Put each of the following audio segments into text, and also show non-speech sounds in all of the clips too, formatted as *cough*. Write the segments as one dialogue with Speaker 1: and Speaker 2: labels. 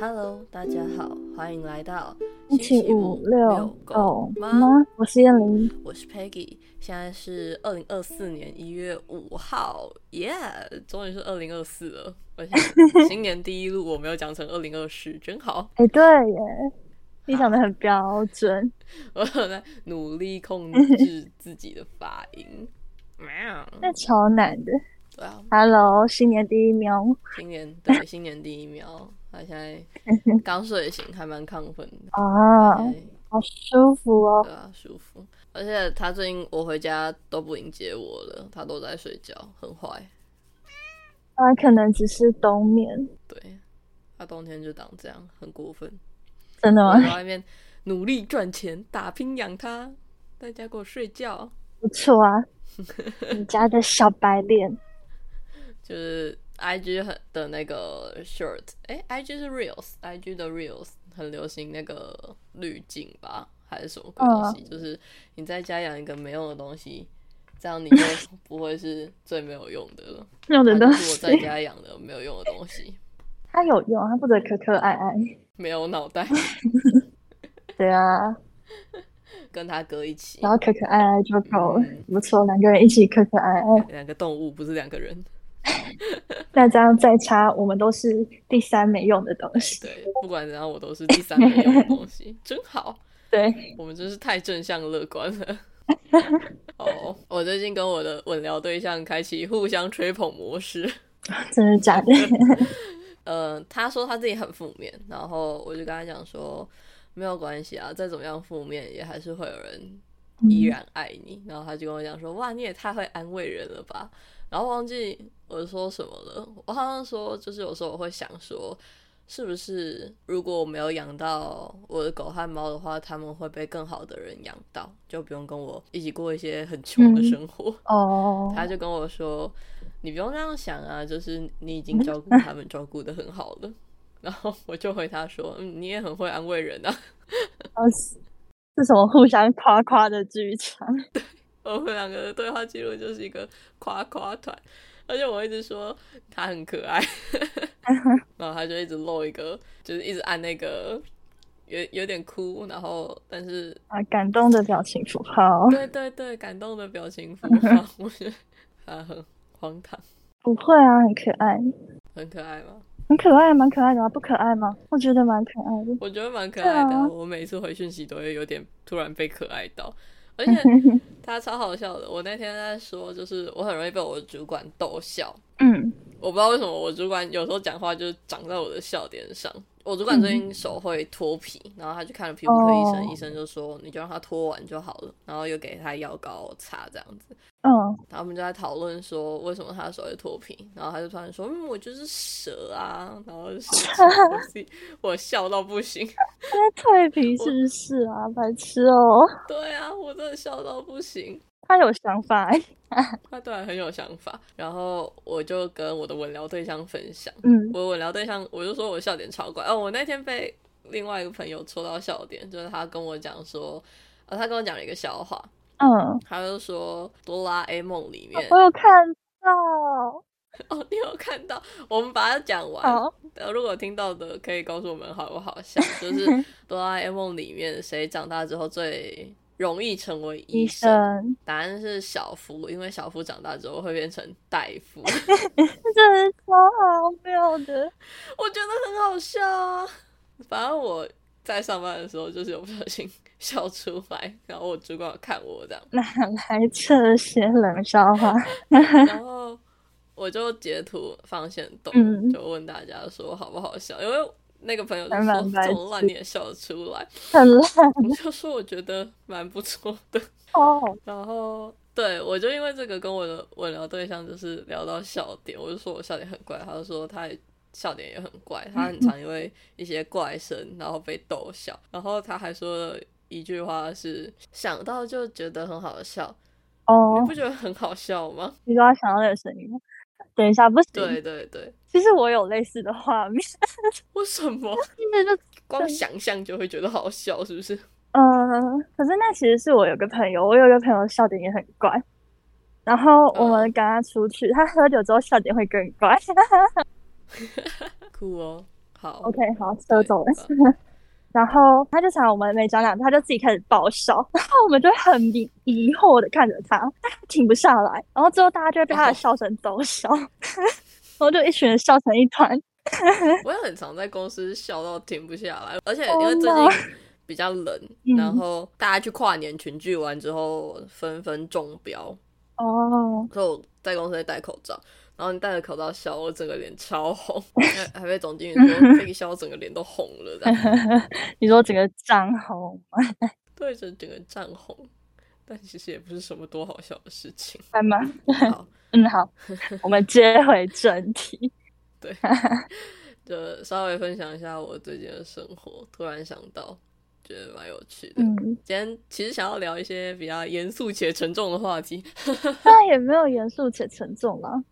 Speaker 1: Hello，大家好，欢迎来到
Speaker 2: 星期五
Speaker 1: 遛
Speaker 2: 遛
Speaker 1: 狗
Speaker 2: 狗
Speaker 1: 吗？
Speaker 2: 吗？我是燕玲，
Speaker 1: 我是 Peggy，现在是二零二四年一月五号，耶、终于是二零二四了。我想新年第一路我没有讲成二零二四， *laughs* 真好，
Speaker 2: 哎、对耶，你讲的很标准。
Speaker 1: 我有在努力控制自己的发音。喵
Speaker 2: 那超难的。
Speaker 1: 对啊，
Speaker 2: Hello，新年第一喵，
Speaker 1: 新年
Speaker 2: *laughs*
Speaker 1: 对新年第一秒，他现在刚睡醒，还蛮亢奋的。
Speaker 2: 啊，
Speaker 1: 对
Speaker 2: 好舒服哦。
Speaker 1: 对啊，舒服。而且他最近我回家都不迎接我了，他都在睡觉，很坏。
Speaker 2: 那、可能只是冬眠，
Speaker 1: 对，他冬天就长这样，很过分。
Speaker 2: 真的
Speaker 1: 我
Speaker 2: 吗？
Speaker 1: 在外面努力赚钱，打拼养他，在家给我睡觉，
Speaker 2: 不错
Speaker 1: *laughs*
Speaker 2: 啊，你家的小白脸。
Speaker 1: 就是 I G 很的那个 short，哎、i G 是 reels，I G 的 reels 很流行那个滤镜吧，还是什么鬼东西？就是你在家养一个没用的东西，这样你就不会是最没有用的了。
Speaker 2: 用的
Speaker 1: 它
Speaker 2: 东
Speaker 1: 就是我在
Speaker 2: 西，
Speaker 1: 家养的没有用的东西，
Speaker 2: 它有用，啊它不得可可爱爱。
Speaker 1: 没有脑袋，
Speaker 2: 对啊，
Speaker 1: 跟他哥一起
Speaker 2: 然，后可可爱爱就够了
Speaker 1: 嗯，
Speaker 2: 不错，两个人一起可可爱爱。
Speaker 1: 两个动物不是两个人。
Speaker 2: 那这样再差，我们都是第三没用的东西。
Speaker 1: 哎对，不管怎样，我都是第三没用的东西，真好。
Speaker 2: 对，
Speaker 1: 我们真是太正向乐观了。哦，我最近跟我的稳聊对象开启互相吹捧模式。
Speaker 2: *laughs* 真的假的？
Speaker 1: 呃，他说他自己很负面，然后我就跟他讲说，没有关系啊，再怎么样负面，也还是会有人
Speaker 2: 嗯
Speaker 1: 依然爱你。然后他就跟我讲说，哇，你也太会安慰人了吧。然后忘记我说什么了，我好像说就是有时候我会想说，是不是如果我没有养到我的狗和猫的话，他们会被更好的人养到，就不用跟我一起过一些很穷的
Speaker 2: 嗯
Speaker 1: 生活。
Speaker 2: 哦，
Speaker 1: 他就跟我说：“你不用这样想啊，就是你已经照顾他们，照顾的很好了。” *laughs* 然后我就回他说：“嗯，你也很会安慰人啊，
Speaker 2: 哦是是什么互相夸夸的剧场？
Speaker 1: 我们两个的对话记录就是一个夸夸团，而且我一直说他很可爱， *laughs* 然后他就一直露一个，就是一直按那个有有点哭，然后但是
Speaker 2: 啊，感动的表情符号，
Speaker 1: 对对对，感动的表情符号，我觉得他很荒唐，
Speaker 2: 不会啊，很可爱，
Speaker 1: 很可爱吗？
Speaker 2: 很可爱，蛮可爱的啊，不可爱吗？我觉得蛮可爱的。
Speaker 1: 我觉得蛮可爱的
Speaker 2: 对
Speaker 1: 啊、
Speaker 2: 啊
Speaker 1: 我每次回讯息都会有点突然被可爱到，而
Speaker 2: 嗯
Speaker 1: 且他超好笑的。我那天在说，就是我很容易被我的主管逗笑，
Speaker 2: 嗯，
Speaker 1: 我不知道为什么我主管有时候讲话就是长在我的笑点上。我主管最近手会脱皮，然后他去看了皮肤科医生
Speaker 2: 哦
Speaker 1: 医生就说你就让他脱完就好了，然后又给他药膏擦这样子。
Speaker 2: 嗯，
Speaker 1: 他们就在讨论说为什么他的手会脱皮，然后他就突然说：“嗯，我就是蛇啊。”然后就是我自己我笑到不行。
Speaker 2: 现在蜕皮是不是啊？白痴哦，
Speaker 1: 对啊，我真的笑到不行。
Speaker 2: 他有想法欸。
Speaker 1: 他突然很有想法，然后我就跟我的文聊对象分享，
Speaker 2: 嗯，
Speaker 1: 我文聊对象我就说我笑点超怪哦，我那天被另外一个朋友戳到笑点，就是他跟我讲说，呃，他跟我讲了一个笑话，
Speaker 2: 嗯，
Speaker 1: 他就说哆啦 A 梦里面
Speaker 2: 我有看到。
Speaker 1: *laughs* 哦，你有看到？我们把它讲完，
Speaker 2: 好，
Speaker 1: 呃，如果听到的可以告诉我们好不好笑？就是哆啦 A 梦里面谁长大之后最容易成为
Speaker 2: 医
Speaker 1: 医生？
Speaker 2: 生，
Speaker 1: 答案是小夫，因为小夫长大之后会变成大夫，
Speaker 2: 这真的超好妙的。
Speaker 1: 我觉得很好笑啊。反正我在上班的时候就是有不小心笑出来，然后我主管有看我这样，
Speaker 2: 哪来这些冷笑话？
Speaker 1: 然后我就截图放线动，
Speaker 2: 嗯
Speaker 1: 就问大家说好不好笑，因为那个朋友就
Speaker 2: 还
Speaker 1: 说
Speaker 2: 蛮白
Speaker 1: 这么烂你也笑得出来，
Speaker 2: 很烂，
Speaker 1: 我就说我觉得蛮不错的，
Speaker 2: 哦，
Speaker 1: 然后对我就因为这个跟我的我聊对象就是聊到笑点，我就说我笑点很怪，他就说他也笑点也很怪，他很常因为一些怪声然后被逗笑，然后他还说了一句话是想到就觉得很好笑，
Speaker 2: 哦
Speaker 1: 你，不觉得很好笑吗？
Speaker 2: 你说他想到那个声音吗？等一下，不行。
Speaker 1: 对对对，
Speaker 2: 其实我有类似的画面， *laughs*
Speaker 1: 为什 *laughs* 么
Speaker 2: 那就
Speaker 1: 光想象就会觉得好笑，是不是？
Speaker 2: 嗯，可是那其实是我有个朋友，我有个朋友笑点也很怪，然后
Speaker 1: 嗯
Speaker 2: 我们跟
Speaker 1: 哦
Speaker 2: 他出去，他喝酒之后笑点会更怪。
Speaker 1: *laughs* 酷哦，好
Speaker 2: *laughs* OK，好，收走了。
Speaker 1: 对嗯
Speaker 2: *laughs* 然后他就想我们没讲两次，他就自己开始爆笑， *laughs* 然后我们就很疑疑惑的看着他，但他停不下来，然后最后大家就会被他的
Speaker 1: 哦
Speaker 2: 笑声逗笑， *laughs* 然后就一群人笑成一团。
Speaker 1: 我也很常在公司笑到停不下来，而且
Speaker 2: 哦
Speaker 1: 因为最
Speaker 2: 那
Speaker 1: 近比较冷，
Speaker 2: *laughs* 嗯
Speaker 1: 然后大家去跨年群聚完之后纷纷中标，
Speaker 2: 哦，
Speaker 1: 所以我在公司在戴口罩，然后你戴着口罩笑，我整个脸超红，还还被总经理
Speaker 2: *laughs*
Speaker 1: 说这一笑我整个脸都红了，这样
Speaker 2: 你说整个涨红吗
Speaker 1: 对着整个涨红。但其实也不是什么多好笑的事
Speaker 2: *laughs*
Speaker 1: 情。
Speaker 2: 还蛮
Speaker 1: 好，
Speaker 2: 嗯好，我们接回正题。
Speaker 1: 就稍微分享一下我最近的生活，突然想到，觉得蛮有趣的。
Speaker 2: 嗯，
Speaker 1: 今天其实想要聊一些比较严肃且沉重的话题， *laughs*
Speaker 2: 当然也没有严肃且沉重啦，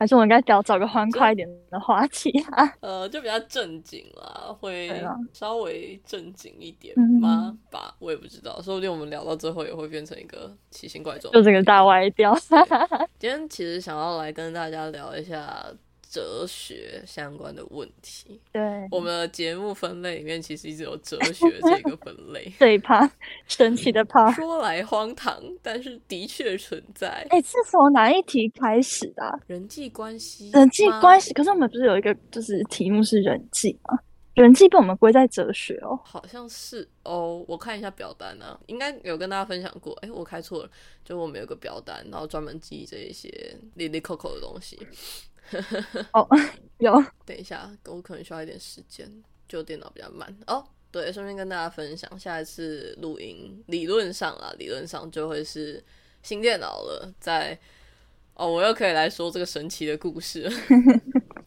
Speaker 2: 还是我们应该找找个欢快一点的话题啊。
Speaker 1: 呃，就比较正经啦，会
Speaker 2: 对啦
Speaker 1: 稍微正经一点
Speaker 2: 嗯
Speaker 1: 吗？吧，我也不知道，说不定我们聊到最后也会变成一个奇形怪状。
Speaker 2: *laughs* 就这个大歪掉。 *laughs*
Speaker 1: 今天其实想要来跟大家聊一下哲学相关的问题。
Speaker 2: 对，，
Speaker 1: 我们的节目分类里面其实一直有哲学这个分类
Speaker 2: *laughs* 这一趴神奇的趴。
Speaker 1: 说来荒唐，但是的确存在。
Speaker 2: 哎，是从哪一题开始的啊、
Speaker 1: 人际关系吗，
Speaker 2: 人际关系，可是我们不是有一个就是题目是人际吗？人际被我们归在哲学哦。
Speaker 1: 好像是哦，我看一下表单啊，应该有跟大家分享过。哎，我开错了，就我们有个表单，然后专门记这一些里里扣扣的东西。
Speaker 2: 有，
Speaker 1: 等一下，我可能需要一点时间，就电脑比较慢哦。对，顺便跟大家分享，下一次录音理论上啦，理论上就会是新电脑了，在哦，我又可以来说这个神奇的故事了，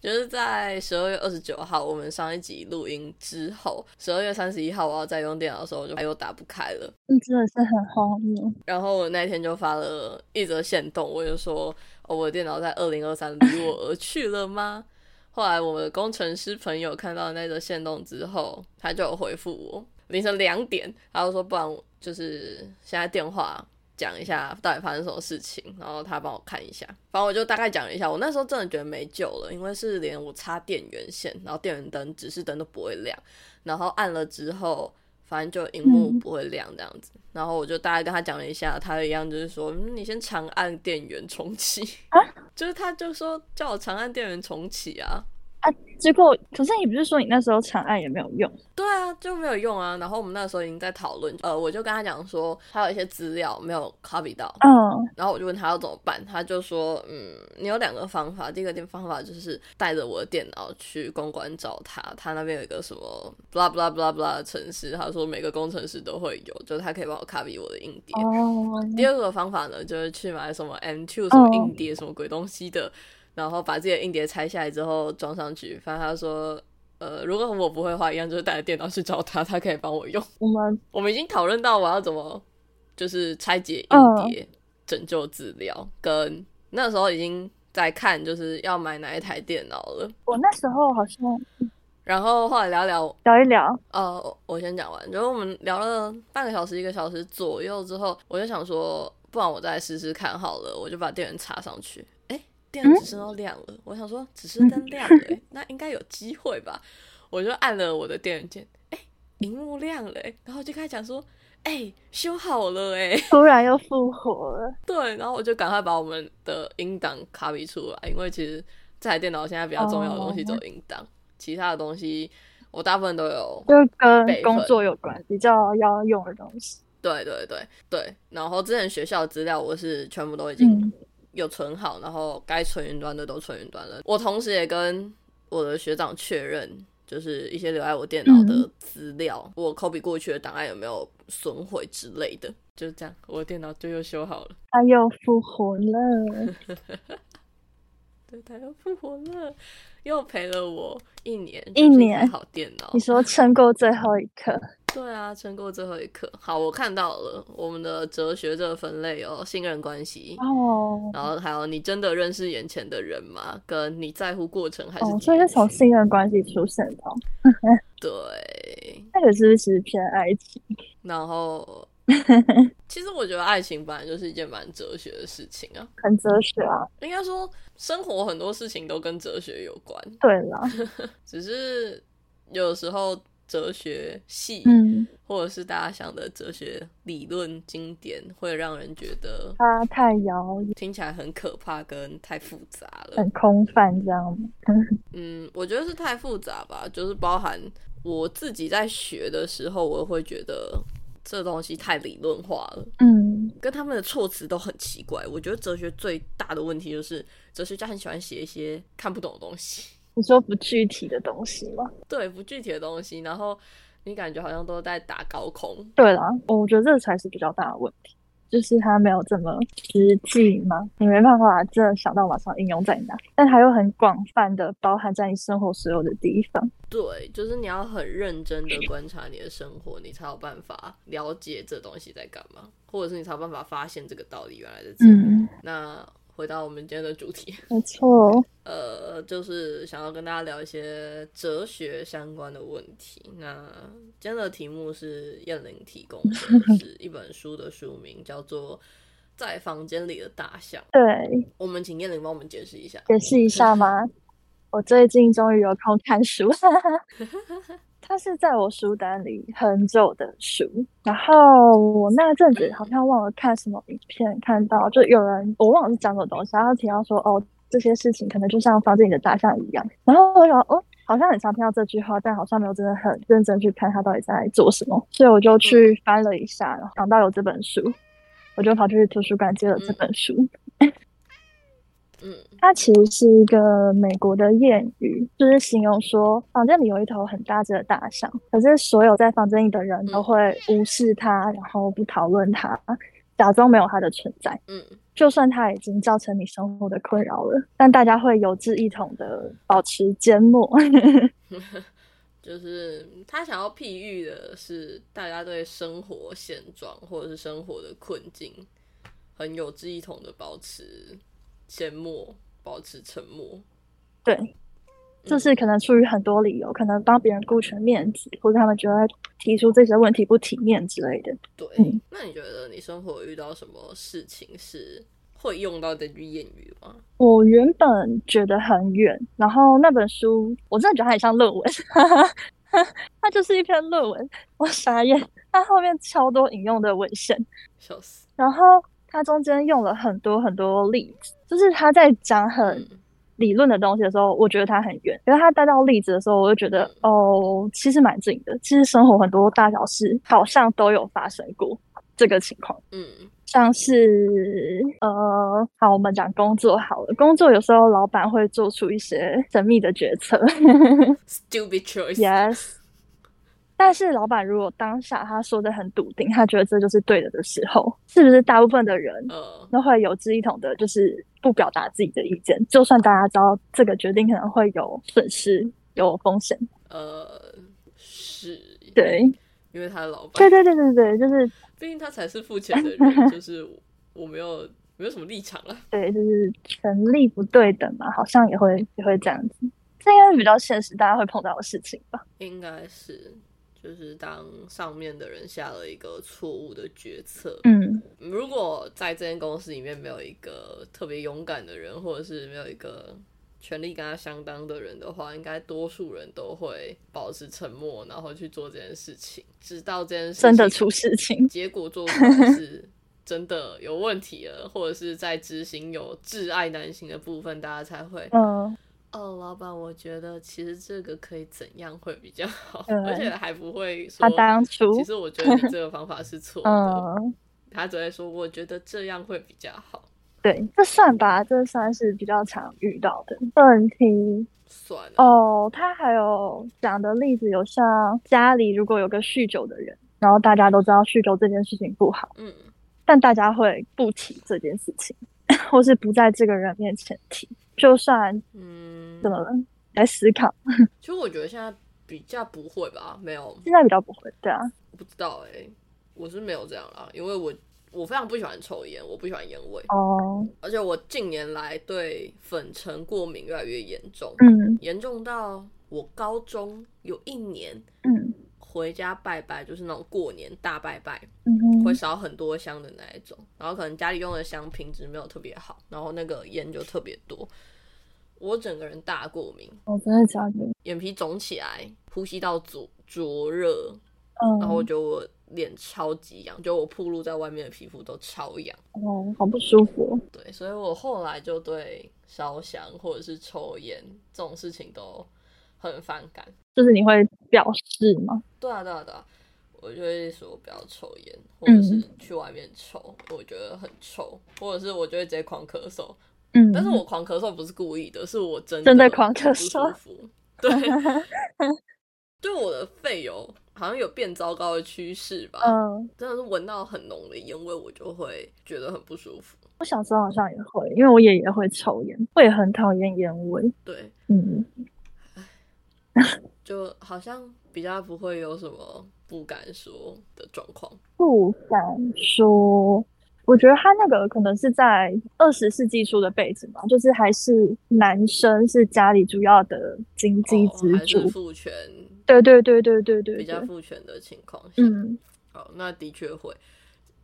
Speaker 1: 就是在十二月二十九号，我们上一集录音之后，十二月三十一号我要再用电脑的时候，我就又打不开了。
Speaker 2: 嗯真的是很荒谬。
Speaker 1: 然后我那天就发了一则线动，我就说、哦、我的电脑在二零二三离我而去了吗？后来我的工程师朋友看到那则线动之后，他就有回复我，凌晨两点，他就说不然我就是现在电话讲一下到底发生什么事情，然后他帮我看一下，反正我就大概讲了一下。我那时候真的觉得没救了，因为是连我插电源线，然后电源灯指示灯都不会亮。然后按了之后，反正就荧幕
Speaker 2: 嗯
Speaker 1: 不会亮这样子。然后我就大概跟他讲了一下，他一样就是说，嗯、你先长按电源重启，
Speaker 2: 啊
Speaker 1: 就是他就说叫我长按电源重启啊。
Speaker 2: 结果，可是你不是说你那时候长按也没有用？
Speaker 1: 对啊，就没有用啊。然后我们那时候已经在讨论，呃，我就跟他讲说，还有一些资料没有 copy 到，
Speaker 2: 嗯，
Speaker 1: 然后我就问他要怎么办，他就说，嗯，你有两个方法，第一个方法就是带着我的电脑去公关找他，他那边有一个什么 blah blah blah blah 的城市，他说每个工程师都会有，就是他可以帮我 copy 我的硬碟。
Speaker 2: 哦，
Speaker 1: 第二个方法呢，就是去买什么 M2 什么硬碟、什么鬼东西的，然后把自己的硬碟拆下来之后装上去。反正他说，呃，如果我不会的话，一样就是带着电脑去找他，他可以帮我用。 *laughs*
Speaker 2: 我们
Speaker 1: 我们已经讨论到我要怎么就是拆解硬碟、拯救资料，跟那时候已经在看就是要买哪一台电脑了。
Speaker 2: 我那时候好像
Speaker 1: 然后后来聊聊，
Speaker 2: 聊一聊，
Speaker 1: 呃，我我先讲完，就是我们聊了半个小时、一个小时左右之后，我就想说，不然我再试试看好了，我就把电源插上去。哎，电源指示灯亮了，我想说指示灯亮了、诶那应该有机会吧？我就按了我的电源键，哎，荧幕亮了、诶然后就开始讲说，哎，修好了、诶 *laughs*
Speaker 2: 突然又复活了。
Speaker 1: 对，然后我就赶快把我们的音档 copy 出来，因为其实这台电脑现在比较重要的东西只有音档，其他的东西我大部分都有。
Speaker 2: 就跟
Speaker 1: 备
Speaker 2: 工
Speaker 1: 份
Speaker 2: 作有关，比较要用的东西。
Speaker 1: 对对对对，然后之前学校的资料我是全部都已经
Speaker 2: 嗯
Speaker 1: 有存好，然后该存云端的都存云端了。我同时也跟我的学长确认，就是一些留在我电脑
Speaker 2: 嗯
Speaker 1: 的资料，我 copy 过去的档案有没有损毁之类的，就是这样，我的电脑就又修好了。
Speaker 2: 他又复活了，
Speaker 1: *laughs* 对，他又复活了，又陪了我一年，
Speaker 2: 一
Speaker 1: 就是台
Speaker 2: 年
Speaker 1: 好电脑
Speaker 2: 你。说撑过最后一刻，
Speaker 1: 对啊，撑过最后一刻。好，我看到了我们的哲学这个分类有信任关系，
Speaker 2: 哦
Speaker 1: 然后还有你真的认识眼前的人吗？跟你在乎过 *laughs* 程还是
Speaker 2: 哦，
Speaker 1: 结
Speaker 2: 所以是从
Speaker 1: 局
Speaker 2: 信任关系出现的哦，
Speaker 1: 对，
Speaker 2: 那个是不是其实偏爱情？
Speaker 1: 然
Speaker 2: *laughs*
Speaker 1: 后其实我觉得爱情本来就是一件蛮哲学的事情啊。
Speaker 2: 很哲学啊？
Speaker 1: 应该说，生活很多事情都跟哲学有关，
Speaker 2: 对啦，
Speaker 1: 只是有时候哲学系，
Speaker 2: 嗯
Speaker 1: 或者是大家想的哲学理论经典，会让人觉得
Speaker 2: 它太遥远、
Speaker 1: 听起来很可怕跟太复杂了
Speaker 2: 很。空泛，这样吗？
Speaker 1: 嗯，我觉得是太复杂吧，就是包含我自己在学的时候，我会觉得这东西太理论化了。
Speaker 2: 嗯
Speaker 1: 跟他们的措辞都很奇怪。我觉得哲学最大的问题就是，哲学家很喜欢写一些看不懂的东西， *laughs*
Speaker 2: 你说不具体的东西吗？
Speaker 1: 对不具体的东西，然后你感觉好像都在打高空。
Speaker 2: 对啦，哦我觉得这才是比较大的问题，就是它没有这么实际嘛，你没办法真的想到马上应用在哪，但它又很广泛的包含在你生活所有的地方。
Speaker 1: 对，就是你要很认真的观察你的生活，你才有办法了解这东西在干嘛，或者是你才有办法发现这个道理原来在这里。
Speaker 2: 嗯，
Speaker 1: 那回到我们今天的主题，
Speaker 2: 没错。哦
Speaker 1: 呃，就是想要跟大家聊一些哲学相关的问题。那今天的题目是燕玲提供
Speaker 2: *laughs*
Speaker 1: 的，是一本书的书名叫做《在房间里的大象》。
Speaker 2: 对，
Speaker 1: 我们请燕玲帮我们解释一下。
Speaker 2: 解释一下吗？我最近终于有空看书， *laughs* 它是在我书单里很久的书。然后我那阵子好像忘了看什么影片，看到就有人我忘了是讲什么东西，然后提到说哦，这些事情可能就像房间里的大象一样。然后我想哦，好像很常听到这句话，但好像没有真的很认真去看它到底在做什么，所以我就去翻了一下，然后想到有这本书，我就跑去图书馆借了这本书。
Speaker 1: 嗯
Speaker 2: 它其实是一个美国的谚语，就是形容说房间里有一头很大只的大象，可是所有在房间里的人都会无视它，然后不讨论它，假装没有它的存在。
Speaker 1: 嗯
Speaker 2: 就算它已经造成你生活的困扰了，但大家会有志一同的保持缄默。 *laughs*
Speaker 1: 就是他想要譬喻的是大家对生活现状或者是生活的困境很有志一同的保持缄默，保持沉默。
Speaker 2: 对，就
Speaker 1: 嗯
Speaker 2: 是可能出于很多理由，可能帮别人顾全面子，或者他们觉得提出这些问题不体面之类的。
Speaker 1: 对，
Speaker 2: 嗯
Speaker 1: 那你觉得你生活遇到什么事情是会用到这句谚语吗？
Speaker 2: 我原本觉得很远，然后那本书我真的觉得它很像论文， *laughs* 它就是一篇论文，我傻眼，它后面超多引用的文献，
Speaker 1: 笑死！
Speaker 2: 然后它中间用了很多很多例子，就是他在讲很
Speaker 1: 嗯
Speaker 2: 理论的东西的时候，我觉得它很远，可是他带到例子的时候，我就觉得哦，其实蛮近的，其实生活很多大小事好像都有发生过这个情况。
Speaker 1: 嗯
Speaker 2: 像是呃，好，我们讲工作好了。工作有时候老板会做出一些神秘的决策
Speaker 1: ，stupid choice。
Speaker 2: ，yes。但是老板如果当下他说的很笃定，他觉得这就是对的的时候，是不是大部分的人
Speaker 1: 呃，
Speaker 2: 都会有志一同的，就是不表达自己的意见？就算大家知道这个决定可能会有损失、有风险，
Speaker 1: 呃，是，
Speaker 2: 对，
Speaker 1: 因为他的老板
Speaker 2: 对，对对对对，就是
Speaker 1: 毕竟他才是付钱的人，就是我没有没有什么立场
Speaker 2: *laughs*
Speaker 1: 了。
Speaker 2: 对，就是权力不对等嘛，好像也会也会这样子。这应该是比较现实，大家会碰到的事情吧？
Speaker 1: 应该是，就是当上面的人下了一个错误的决策，
Speaker 2: 嗯，
Speaker 1: 如果在这间公司里面没有一个特别勇敢的人，或者是没有一个权力跟他相当的人的话，应该多数人都会保持沉默，然后去做这件事情，直到这件事情
Speaker 2: 真的出事情。
Speaker 1: 结果做出来是真的有问题了，或者是在执行有挚爱难行的部分，大家才会
Speaker 2: *laughs* 嗯，
Speaker 1: 哦，老板，我觉得其实这个可以怎样会比较好，
Speaker 2: 对
Speaker 1: 而且还不会说
Speaker 2: 他当初
Speaker 1: 其，实我觉得你这个方法是错的。
Speaker 2: 嗯，
Speaker 1: 他只会说我觉得这样会比较好，
Speaker 2: 对，这算吧，这算是比较常遇到的问题
Speaker 1: 算了。
Speaker 2: 哦。他还有讲的例子有像家里如果有个酗酒的人，然后大家都知道酗酒这件事情不好，
Speaker 1: 嗯，
Speaker 2: 但大家会不提这件事情， *laughs* 或是不在这个人面前提，就算
Speaker 1: 嗯
Speaker 2: 怎么了，来思考。
Speaker 1: 其实我觉得现在比较不会吧，没有，
Speaker 2: 现在比较不会，对啊，
Speaker 1: 我不知道哎、我是没有这样啦，因为我我非常不喜欢抽烟，我不喜欢烟味，
Speaker 2: 哦，
Speaker 1: 而且我近年来对粉尘过敏越来越严重，
Speaker 2: 嗯
Speaker 1: 严重到我高中有一年
Speaker 2: 嗯
Speaker 1: 回家拜拜，就是那种过年大拜拜，
Speaker 2: 嗯
Speaker 1: 会
Speaker 2: 哼，
Speaker 1: 烧很多香的那一种，然后可能家里用的香品质没有特别好，然后那个烟就特别多。我整个人大过敏，
Speaker 2: 我真的假的？
Speaker 1: 眼皮肿起来，呼吸道灼灼热，
Speaker 2: 嗯，
Speaker 1: 然后我觉得我脸超级痒，就我暴露在外面的皮肤都超痒。
Speaker 2: 哦，好不舒服哦。
Speaker 1: 对，所以我后来就对烧香或者是抽烟这种事情都很反感。
Speaker 2: 就是你会表示吗？
Speaker 1: 对啊，对啊，对啊，我就会说不要抽烟，或者是
Speaker 2: 嗯
Speaker 1: 去外面抽，我觉得很臭，或者是我就会直接狂咳嗽。
Speaker 2: 嗯，
Speaker 1: 但是我狂咳嗽不是故意的，是我真
Speaker 2: 真
Speaker 1: 的
Speaker 2: 的狂咳
Speaker 1: 很不舒服。
Speaker 2: *laughs*
Speaker 1: 对，就我的肺有好像有变糟糕的趋势吧，
Speaker 2: 嗯，
Speaker 1: 真的是闻到很浓的烟味，我就会觉得很不舒服。
Speaker 2: 我小时候好像也会，因为我爷爷会抽烟，我也很讨厌烟味。
Speaker 1: 对，
Speaker 2: 嗯，
Speaker 1: 就好像比较不会有什么不敢说的状况。
Speaker 2: 不敢说。我觉得他那个可能是在二十世纪初的背景吧，就是还是男生是家里主要的经济
Speaker 1: 哦
Speaker 2: 支
Speaker 1: 还
Speaker 2: 柱。
Speaker 1: 是父权
Speaker 2: 对对对对对对
Speaker 1: 比较
Speaker 2: 对，
Speaker 1: 父权的情况下，
Speaker 2: 嗯
Speaker 1: 好，那的确会。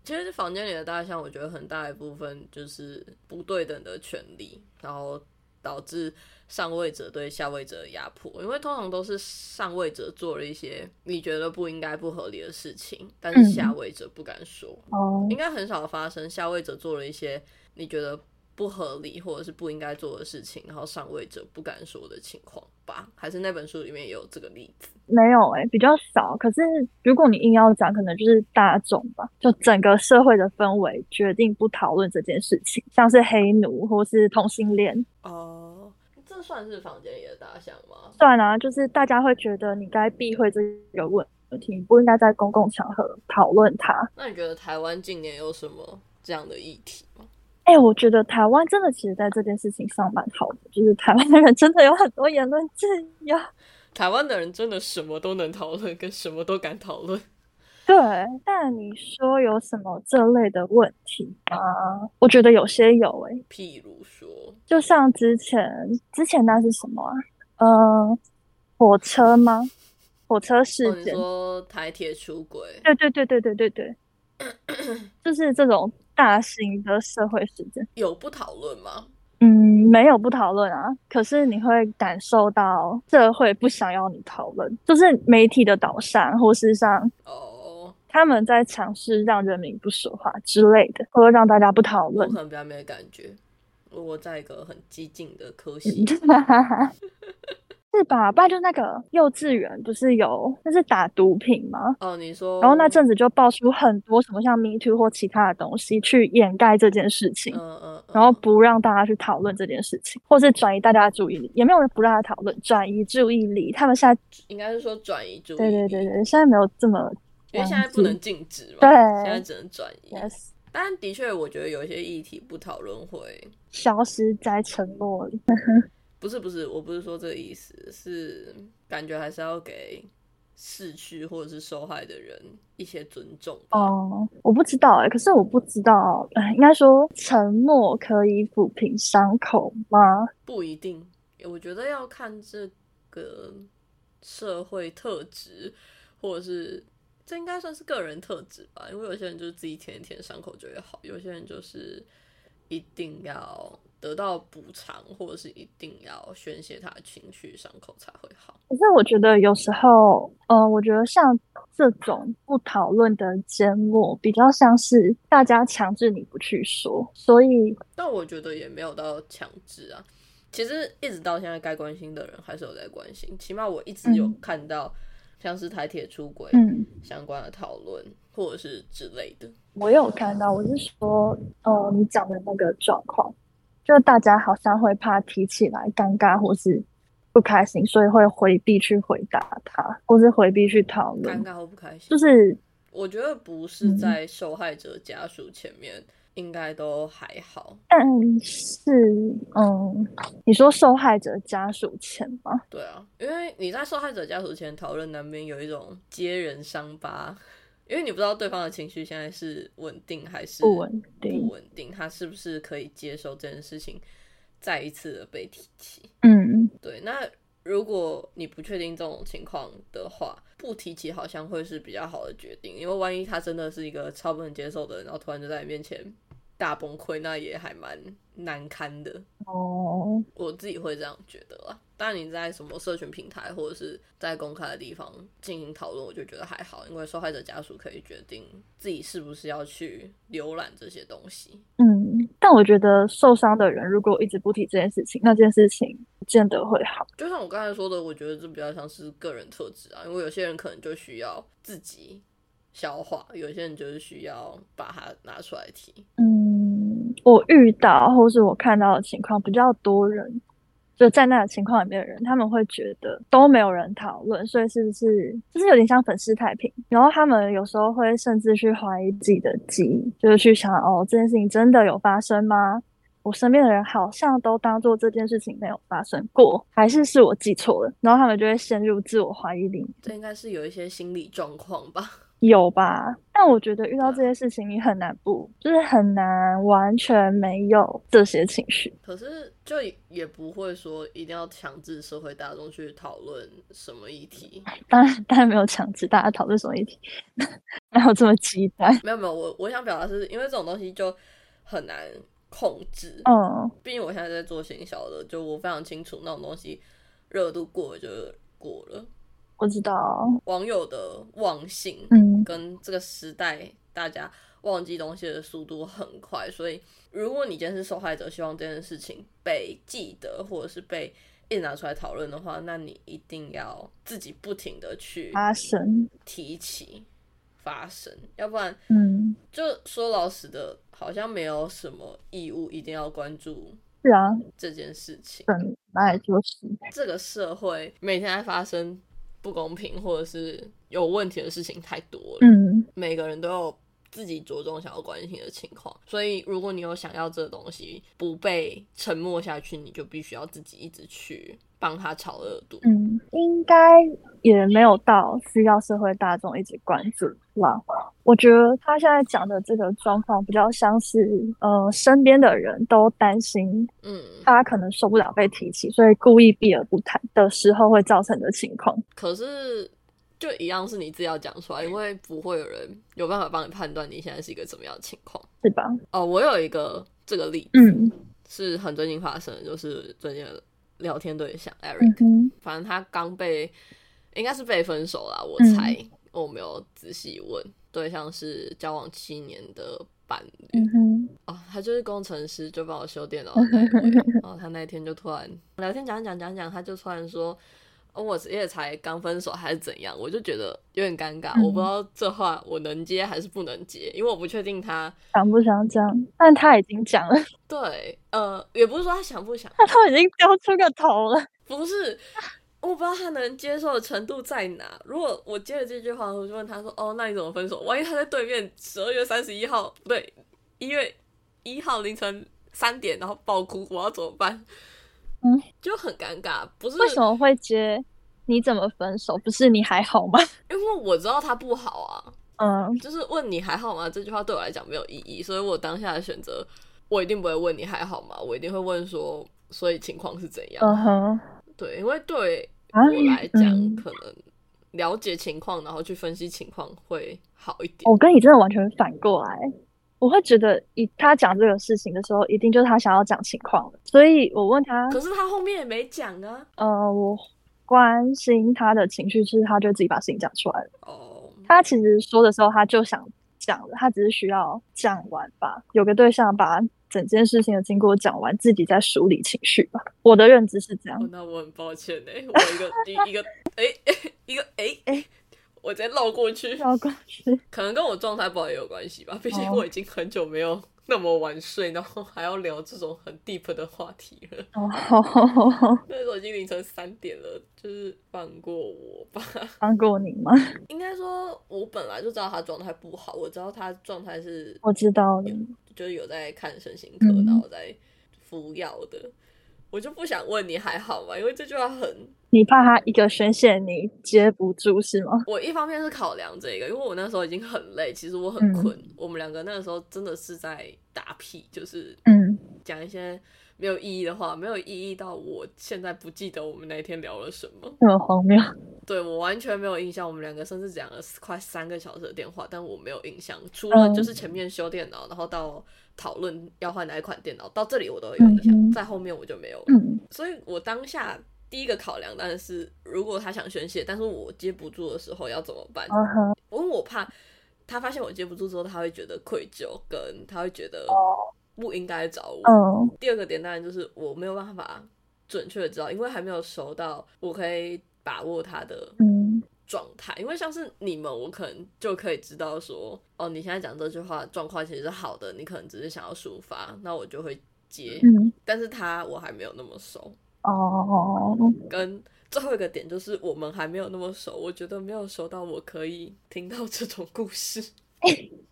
Speaker 1: 其实房间里的大象，我觉得很大一部分就是不对等的权利，然后导致上位者对下位者的压迫。因为通常都是上位者做了一些你觉得不应该、不合理的事情，但是
Speaker 2: 嗯
Speaker 1: 下位者不敢说。
Speaker 2: 哦
Speaker 1: 应该很少发生下位者做了一些你觉得不合理或者是不应该做的事情，然后上位者不敢说的情况吧？还是那本书里面也有这个例子？
Speaker 2: 没有哎、比较少。可是如果你硬要讲，可能就是大众吧，就整个社会的氛围决定不讨论这件事情，像是黑奴或是同性恋，
Speaker 1: 哦，这算是房间里的大象吗？
Speaker 2: 算啊，就是大家会觉得你该避讳这个问题，不应该在公共场合讨论它。
Speaker 1: 那你觉得台湾近年有什么这样的议题吗？
Speaker 2: 哎、我觉得台湾真的其实在这件事情上蛮好的，就是台湾人真的有很多言论自由。
Speaker 1: 台湾的人真的什么都能讨论，跟什么都敢讨论。
Speaker 2: 对，但你说有什么这类的问题吗？我觉得有些有哎、
Speaker 1: 譬如说，
Speaker 2: 就像之前之前那是什么啊？呃，火车吗？火车事
Speaker 1: 哦，你
Speaker 2: 件？
Speaker 1: 说台铁出轨，
Speaker 2: 对对对对对对对， *coughs* 就是这种大型的社会事件。
Speaker 1: 有不讨论吗？
Speaker 2: 嗯，没有不讨论啊，可是你会感受到社会不想要你讨论，就是媒体的导向，或是像
Speaker 1: 哦，
Speaker 2: 他们在尝试让人民不说话之类的，或者让大家不讨
Speaker 1: 我
Speaker 2: 论 *laughs*
Speaker 1: 可。能比较没感觉。我在一个很激进的科
Speaker 2: 嗯
Speaker 1: 系，
Speaker 2: 是吧？不然就那个幼稚园不是有那是打毒品吗？
Speaker 1: 哦，你说，
Speaker 2: 然后那阵子就爆出很多什么像 Me Too 或其他的东西去掩盖这件事情
Speaker 1: 嗯，嗯，嗯
Speaker 2: 然后不让大家去讨论这件事情，或是转移大家的注意力，也没有人不让他讨论，转移注意力。他们现在
Speaker 1: 应该是说转移注意
Speaker 2: 对对对
Speaker 1: 力，
Speaker 2: 对，现在没有这么
Speaker 1: 因为现在不能禁止嘛，
Speaker 2: 对
Speaker 1: 现在只能转移。
Speaker 2: yes
Speaker 1: 但的确，我觉得有一些议题不讨论会，
Speaker 2: 消失在沉默里。
Speaker 1: 不是不是，我不是说这个意思，是感觉还是要给逝去或者是受害的人一些尊重吧。
Speaker 2: 哦，我不知道哎、可是我不知道，呃应该说沉默可以抚平伤口吗？
Speaker 1: 不一定，我觉得要看这个社会特质，或者是这应该算是个人特质吧。因为有些人就是自己舔一舔伤口就会好，有些人就是一定要得到补偿，或者是一定要宣泄他的情绪，伤口才会好。
Speaker 2: 可是我觉得有时候，呃，我觉得像这种不讨论的缄默，比较像是大家强制你不去说，所以
Speaker 1: 但我觉得也没有到强制啊。其实一直到现在，该关心的人还是有在关心。起码我一直有
Speaker 2: 嗯
Speaker 1: 看到，像是台铁出轨
Speaker 2: 嗯，
Speaker 1: 相关的讨论，或者是之类的。
Speaker 2: 我有看到，我是说，呃，你讲的那个状况，就大家好像会怕提起来尴尬或是不开心，所以会回避去回答他，或是回避去讨
Speaker 1: 尴
Speaker 2: 论，
Speaker 1: 尬或不开心，
Speaker 2: 就是嗯
Speaker 1: 我觉得不是在受害者家属前面，应该都还好。
Speaker 2: 但是，嗯，你说受害者家属前吗？
Speaker 1: 对啊，因为你在受害者家属前讨论，难免有一种揭人伤疤，因为你不知道对方的情绪现在是稳定还是
Speaker 2: 不稳定
Speaker 1: 不稳定，他是不是可以接受这件事情再一次的被提起。
Speaker 2: 嗯，
Speaker 1: 对，那如果你不确定这种情况的话，不提起好像会是比较好的决定，因为万一他真的是一个超不能接受的人，然后突然就在你面前大崩溃，那也还蛮难堪的。
Speaker 2: 哦，
Speaker 1: 我自己会这样觉得啦。但你在什么社群平台或者是在公开的地方进行讨论，我就觉得还好，因为受害者家属可以决定自己是不是要去浏览这些东西。
Speaker 2: 嗯，但我觉得受伤的人如果一直不提这件事情，那件事情不见得会好。
Speaker 1: 就像我刚才说的，我觉得这比较像是个人特质啊，因为有些人可能就需要自己消化，有些人就是需要把它拿出来提。
Speaker 2: 嗯，我遇到或是我看到的情况比较多人，就在那个情况里面的人，他们会觉得都没有人讨论，所以是不是就是有点像粉饰太平？然后他们有时候会甚至去怀疑自己的记忆，就是去想哦，这件事情真的有发生吗？我身边的人好像都当做这件事情没有发生过，还是是我记错了？然后他们就会陷入自我怀疑里面。
Speaker 1: 这应该是有一些心理状况吧？
Speaker 2: 有吧？但我觉得遇到这些事情，你很难不，就是很难完全没有这些情绪。
Speaker 1: 可是就也不会说一定要强制社会大众去讨论什么议题。
Speaker 2: 当然，当然没有强制大家讨论什么议题， *laughs* 哪有这么极端？
Speaker 1: 没有没有，我我想表达是因为这种东西就很难控制。
Speaker 2: 嗯
Speaker 1: 毕竟我现在在做行销的，就我非常清楚那种东西热度过了就过了，
Speaker 2: 我知道。
Speaker 1: 网友的忘性，
Speaker 2: 嗯
Speaker 1: 跟这个时代大家忘记东西的速度很快，所以如果你今天是受害者，希望这件事情被记得或者是被一直拿出来讨论的话，那你一定要自己不停的去
Speaker 2: 发生。
Speaker 1: 提起发生，要不然
Speaker 2: 嗯，
Speaker 1: 就说老实的，好像没有什么义务一定要关注
Speaker 2: 是啊，
Speaker 1: 这件事情。
Speaker 2: 本来就是。
Speaker 1: 这个社会每天在发生不公平或者是有问题的事情太多了，
Speaker 2: 嗯
Speaker 1: 每个人都有自己着重想要关心的情况，所以如果你有想要这个东西不被沉默下去，你就必须要自己一直去帮他炒热度。
Speaker 2: 嗯，应该也没有到需要社会大众一直关注啦。我觉得他现在讲的这个状况，比较像是呃，身边的人都担心
Speaker 1: 嗯，
Speaker 2: 他可能受不了被提起，所以故意避而不谈的时候会造成的情况。
Speaker 1: 可是。就一样是你自己要讲出来，因为不会有人有办法帮你判断你现在是一个怎么样的情况。
Speaker 2: 是吧？
Speaker 1: 哦，我有一个这个例子、
Speaker 2: 嗯
Speaker 1: 是很最近发生的，就是最近的聊天对象 Eric，、
Speaker 2: 嗯哼，
Speaker 1: 反正他刚被，应该是被分手啦，我
Speaker 2: 嗯
Speaker 1: 猜，我没有仔细问，对象是交往七年的伴侣、
Speaker 2: 嗯哼，
Speaker 1: 哦，他就是工程师，就帮我修电脑的那一
Speaker 2: *laughs*
Speaker 1: 位，然后他那一天就突然聊天讲一讲讲一讲，他就突然说。哦我也才刚分手还是怎样，我就觉得有点尴尬，
Speaker 2: 嗯
Speaker 1: 我不知道这话我能接还是不能接，因为我不确定他
Speaker 2: 想不想讲？但他已经讲了， *laughs*
Speaker 1: 对呃，也不是说他想不想，
Speaker 2: 他都已经丢出个头了。
Speaker 1: 不是，我不知道他能接受的程度在哪。如果我接了这句话，我就问他说：“哦，那你怎么分手？”万一他在对面十二月三十一号不对，一月一号凌晨三点，然后爆哭，我要怎么办？
Speaker 2: 嗯，
Speaker 1: 就很尴尬。不是
Speaker 2: 为什么会接？你怎么分手？不是你还好吗？
Speaker 1: 因为我知道他不好啊，
Speaker 2: 嗯
Speaker 1: 就是问你还好吗这句话对我来讲没有意义，所以我当下的选择，我一定不会问你还好吗，我一定会问说，所以情况是怎样？
Speaker 2: 嗯哼，
Speaker 1: 对，因为对
Speaker 2: 啊
Speaker 1: 我来讲，
Speaker 2: 嗯
Speaker 1: 可能了解情况，然后去分析情况会好一点。
Speaker 2: 我跟你真的完全反过来。我会觉得，以他讲这个事情的时候，一定就是他想要讲情况了。所以我问他，
Speaker 1: 可是他后面也没讲啊。
Speaker 2: 呃，我关心他的情绪，是他就自己把事情讲出来了。
Speaker 1: 哦，
Speaker 2: 他其实说的时候，他就想讲了，他只是需要讲完吧，有个对象把整件事情的经过讲完，自己再梳理情绪吧。我的认知是这
Speaker 1: 哦
Speaker 2: 样，
Speaker 1: 那我很抱歉哎、我一个一一个哎、 *laughs* 一个哎哎、
Speaker 2: 哎
Speaker 1: 我直接绕过去，
Speaker 2: 要关系。
Speaker 1: 可能跟我状态不好也有关系吧。毕竟
Speaker 2: 哦
Speaker 1: 我已经很久没有那么晚睡，然后还要聊这种很 deep 的话题了。
Speaker 2: 哦，
Speaker 1: 那时候已经凌晨三点了，就是放过我吧。 *laughs*
Speaker 2: 放过你吗？ *laughs*
Speaker 1: 应该说，我本来就知道他状态不好，我知道他状态是，
Speaker 2: 我知道你，
Speaker 1: 就是有在看身心科，
Speaker 2: 嗯
Speaker 1: 然后在服药的。我就不想问你还好吗？因为这句话很，
Speaker 2: 你怕他一个宣泄你接不住是吗？
Speaker 1: 我一方面是考量这个，因为我那时候已
Speaker 2: 嗯
Speaker 1: 经很累，其实我很困。我们两个那个时候真的是在打屁，就是
Speaker 2: 嗯
Speaker 1: 讲一些没有意义的话，没有意义到我现在不记得我们那一天聊了什么。
Speaker 2: 那么荒谬。
Speaker 1: 对我完全没有印象，我们两个甚至讲了快三个小时的电话，但我没有印象，除了
Speaker 2: 嗯
Speaker 1: 就是前面修电脑，然后到讨论要换哪一款电脑，到这里我都有印
Speaker 2: 嗯
Speaker 1: 象，
Speaker 2: 哼
Speaker 1: 在后面我就没有了。
Speaker 2: 嗯，
Speaker 1: 所以我当下第一个考量当然是，如果他想宣泄，但是我接不住的时候要怎么办？
Speaker 2: 嗯哼，
Speaker 1: 因为我怕他发现我接不住之后，他会觉得愧疚，跟他会觉得不应该找我。
Speaker 2: 哦嗯
Speaker 1: 第二个点当然就是我没有办法准确的知道，因为还没有熟到我可以把握他的
Speaker 2: 嗯
Speaker 1: 状态。因为像是你们，我可能就可以知道说，哦，你现在讲这句话状况其实是好的，你可能只是想要抒发，那我就会接。
Speaker 2: 嗯，
Speaker 1: 但是他我还没有那么熟，
Speaker 2: 哦，
Speaker 1: 跟最后一个点就是我们还没有那么熟，我觉得没有熟到我可以听到这种故事。 *laughs*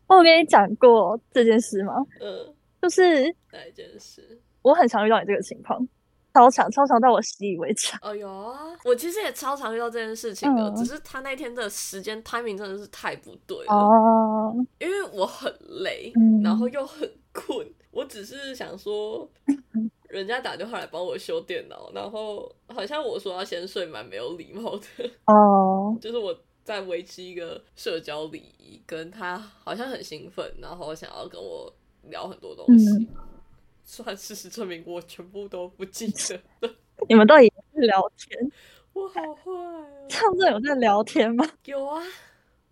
Speaker 2: 我跟你讲过这件事吗？
Speaker 1: 呃，
Speaker 2: 就是
Speaker 1: 哪一件事？
Speaker 2: 我很常遇到你这个情况，超常超常到我习以为常。
Speaker 1: 哦，有啊，我其实也超常遇到这件事情的，
Speaker 2: 嗯
Speaker 1: 只是他那天的时间 timing 真的是太不对了，
Speaker 2: 哦，
Speaker 1: 因为我很累，
Speaker 2: 嗯
Speaker 1: 然后又很困，我只是想
Speaker 2: *laughs*
Speaker 1: 说。人家打电话来帮我修电脑，然后好像我说要先睡，蛮没有礼貌的。 *laughs*
Speaker 2: 哦，
Speaker 1: 就是我在维持一个社交礼仪，跟他好像很兴奋，然后想要跟我聊很多东西。
Speaker 2: 嗯
Speaker 1: 虽然事实证明我全部都不记得了，
Speaker 2: 你们到底是聊天？ *laughs*
Speaker 1: 我好坏哦。
Speaker 2: 上次有在聊天吗？
Speaker 1: 有啊，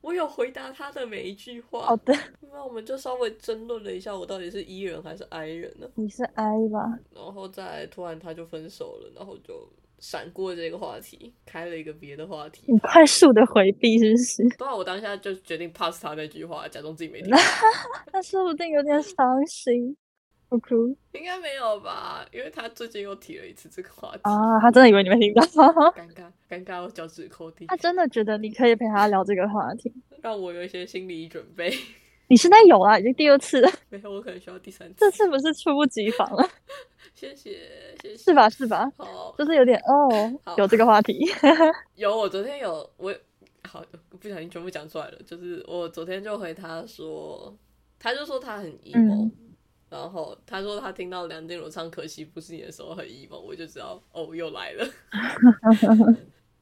Speaker 1: 我有回答他的每一句话。
Speaker 2: 好的，
Speaker 1: 那我们就稍微争论了一下，我到底是 E 人还是 I 人呢、
Speaker 2: 你是 I 吧？
Speaker 1: 然后再突然他就分手了，然后就闪过这个话题，开了一个别的话题。
Speaker 2: 你快速的回避是不是？
Speaker 1: 当然，我当下就决定 pass 他那句话，假装自己没听到。
Speaker 2: *laughs* 他说不定有点伤心，哭哭
Speaker 1: 应该没有吧？因为他最近又提了一次这个话题，
Speaker 2: 啊！他真的以为你没听到，
Speaker 1: 尴尬，尴尬，我脚趾抠地
Speaker 2: *laughs* 他，真的觉得你可以陪他聊这个话题。
Speaker 1: 让我有一些心理准备。 *laughs*
Speaker 2: 你现在有啊了，已经第二次了， *laughs*
Speaker 1: 没有，我可能需要第三
Speaker 2: 这
Speaker 1: 次。
Speaker 2: 次不是猝不及防了，
Speaker 1: 谢谢，谢谢。
Speaker 2: 是吧？是吧？
Speaker 1: 好，
Speaker 2: 就是有点
Speaker 1: 好
Speaker 2: 哦，有这个话 *laughs* 题，
Speaker 1: 有，我昨天有，我好不小心全部讲出来了。就是我昨天就回他说，他就说他很 emo，、然后他说他听到梁静茹唱《可惜不是你》的时候很 emo，我就知道哦，又来了。 *laughs*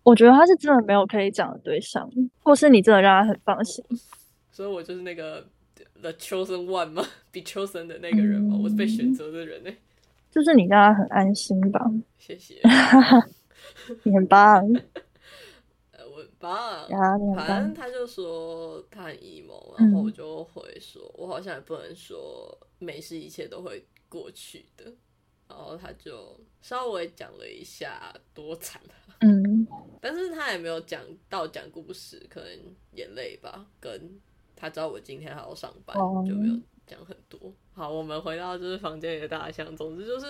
Speaker 2: 我觉得他是真的没有可以讲的对象，或是你真的让他很放心。
Speaker 1: 所以我就是那个 the chosen one 吗？be *laughs* chosen 的那个人吗？我是被选择的人呢、
Speaker 2: 就是你让他很安心吧，
Speaker 1: 谢谢，
Speaker 2: 你很棒
Speaker 1: 呃，我很棒。
Speaker 2: 呀，你很
Speaker 1: 反正
Speaker 2: 棒。
Speaker 1: 他就说他很 emo，
Speaker 2: 嗯
Speaker 1: 然后我就回说，我好像也不能说没事，一切都会过去的。然后他就稍微讲了一下多惨，啊
Speaker 2: 嗯
Speaker 1: 但是他也没有讲到讲故事，可能眼泪吧，跟他知道我今天还要上班，
Speaker 2: 哦
Speaker 1: 就没有讲很多。好，我们回到就是房间里的大象，总之就是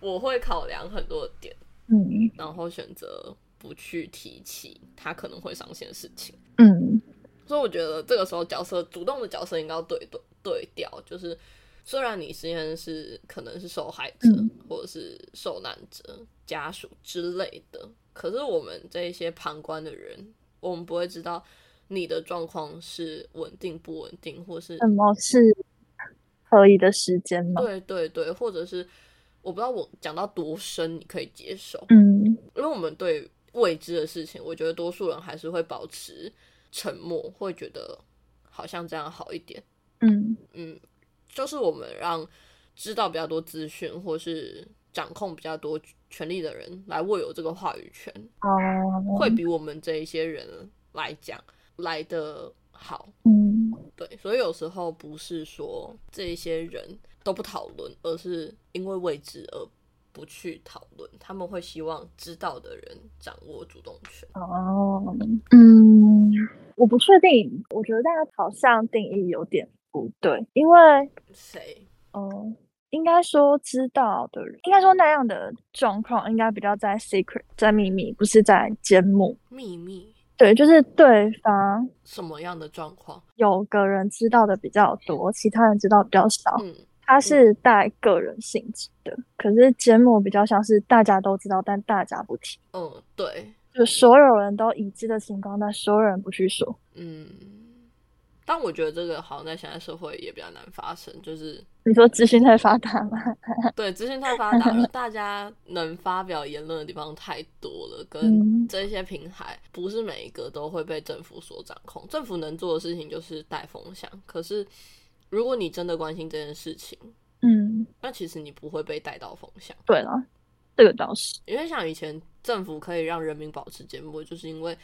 Speaker 1: 我会考量很多的点，
Speaker 2: 嗯
Speaker 1: 然后选择不去提起他可能会上线的事情。
Speaker 2: 嗯
Speaker 1: 所以我觉得这个时候角色主动的角色应该要对对对调，就是虽然你之前是可能是受害者、
Speaker 2: 嗯
Speaker 1: 或者是受难者家属之类的，可是我们这一些旁观的人，我们不会知道你的状况是稳定不稳定，或是
Speaker 2: 什么是合宜的时间吗？
Speaker 1: 对对对，或者是我不知道我讲到多深你可以接受，
Speaker 2: 嗯
Speaker 1: 因为我们对未知的事情，我觉得多数人还是会保持沉默，会觉得好像这样好一点。
Speaker 2: 嗯
Speaker 1: 嗯，就是我们让知道比较多资讯或是掌控比较多权力的人来握有这个话语权，
Speaker 2: 哦
Speaker 1: 会比我们这一些人来讲来的好。
Speaker 2: 嗯
Speaker 1: 对，所以有时候不是说这一些人都不讨论，而是因为未知而不去讨论，他们会希望知道的人掌握主动权。
Speaker 2: 哦嗯，我不确定，我觉得大家好像定义有点不对，因为
Speaker 1: 谁？
Speaker 2: 嗯。应该说知道的人，应该说那样的状况，应该比较在 secret，在秘密，不是在缄默。
Speaker 1: 秘密？
Speaker 2: 对，就是对方
Speaker 1: 什么样的状况？
Speaker 2: 有个人知道的比较多，其他人知道比较少。
Speaker 1: 嗯，
Speaker 2: 它是带个人性质的，可是节目比较像是大家都知道，但大家不提，
Speaker 1: 嗯，对，
Speaker 2: 就所有人都已知的情况，但所有人不去说。
Speaker 1: 嗯，但我觉得这个好像在现在社会也比较难发生，就是
Speaker 2: 你说资讯太发达吗？
Speaker 1: 对，资讯太发达了，大家能发表言论的地方太多了，跟
Speaker 2: 嗯
Speaker 1: 这些平台不是每一个都会被政府所掌控。政府能做的事情就是带风向，可是如果你真的关心这件事情，
Speaker 2: *laughs* 嗯，
Speaker 1: 那其实你不会被带到风向。
Speaker 2: 对了，这个倒是，
Speaker 1: 因为像以前政府可以让人民保持缄默，就是因为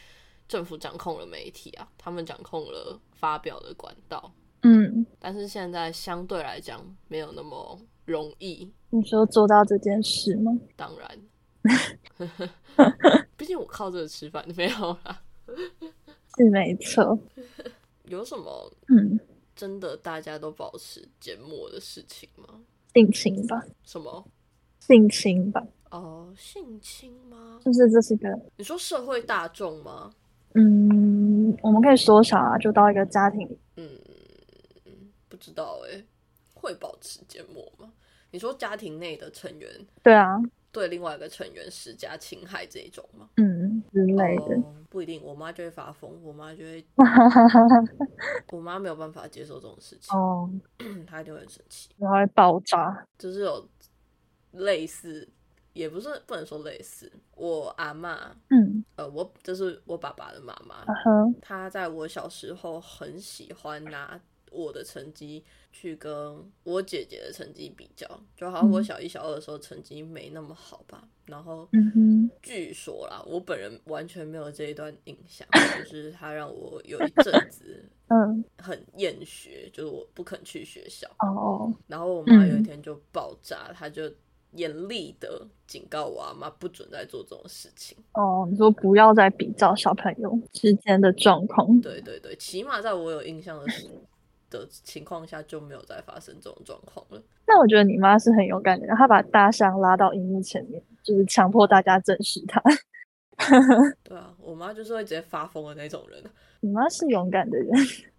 Speaker 1: 政府掌控了媒体啊，他们掌控了发表的管道。
Speaker 2: 嗯，
Speaker 1: 但是现在相对来讲没有那么容易，
Speaker 2: 你说做到这件事吗？
Speaker 1: 当
Speaker 2: *laughs*
Speaker 1: 然，毕竟我靠这个吃饭，没有啦。
Speaker 2: 是没错，
Speaker 1: 有什么
Speaker 2: 嗯，
Speaker 1: 真的大家都保持缄默的事情吗？
Speaker 2: 性侵吧，
Speaker 1: 什么？
Speaker 2: 性侵吧，
Speaker 1: 哦，性侵吗？
Speaker 2: 就是这是一个，
Speaker 1: 你说社会大众吗？
Speaker 2: 嗯，我们可以缩小啊，就到一个家庭，
Speaker 1: 嗯，不知道哎、会保持缄默吗？你说家庭内的成员
Speaker 2: 对啊，
Speaker 1: 对另外一个成员施加侵害这一种吗？
Speaker 2: 嗯之类的，
Speaker 1: 哦不一定，我妈就会发疯，我妈就会，
Speaker 2: 哈哈哈哈，
Speaker 1: 我妈没有办法接受这种事情，
Speaker 2: *laughs* 哦，
Speaker 1: *clears throat* 她一定会很生气。
Speaker 2: 然后会爆炸，
Speaker 1: 就是有类似，也不是不能说类似，我阿妈，
Speaker 2: 嗯，
Speaker 1: 呃，我就是我爸爸的妈妈
Speaker 2: 啊，哈，
Speaker 1: 她在我小时候很喜欢拿我的成绩去跟我姐姐的成绩比较，就好像我
Speaker 2: 嗯
Speaker 1: 小一、小二的时候成绩没那么好吧。然后
Speaker 2: 嗯哼，
Speaker 1: 据说啦，我本人完全没有这一段印象，就是她让我有一阵子
Speaker 2: 嗯，
Speaker 1: 很厌学，就是我不肯去学校。
Speaker 2: 哦，
Speaker 1: 然后我妈
Speaker 2: 嗯
Speaker 1: 有一天就爆炸，她就严厉的警告我阿妈不准再做这种事情。
Speaker 2: 哦，你说不要再比较小朋友之间的状况，
Speaker 1: 对对对，起码在我有印象的
Speaker 2: 嗯
Speaker 1: 时的情况下就没有再发生这种状况了。
Speaker 2: 那我觉得你妈是很有感觉的，她把大象拉到荧幕前面，就是强迫大家正视她。 *laughs*
Speaker 1: 对啊，我妈就是会直接发疯的那种人。
Speaker 2: 你妈是勇敢的人，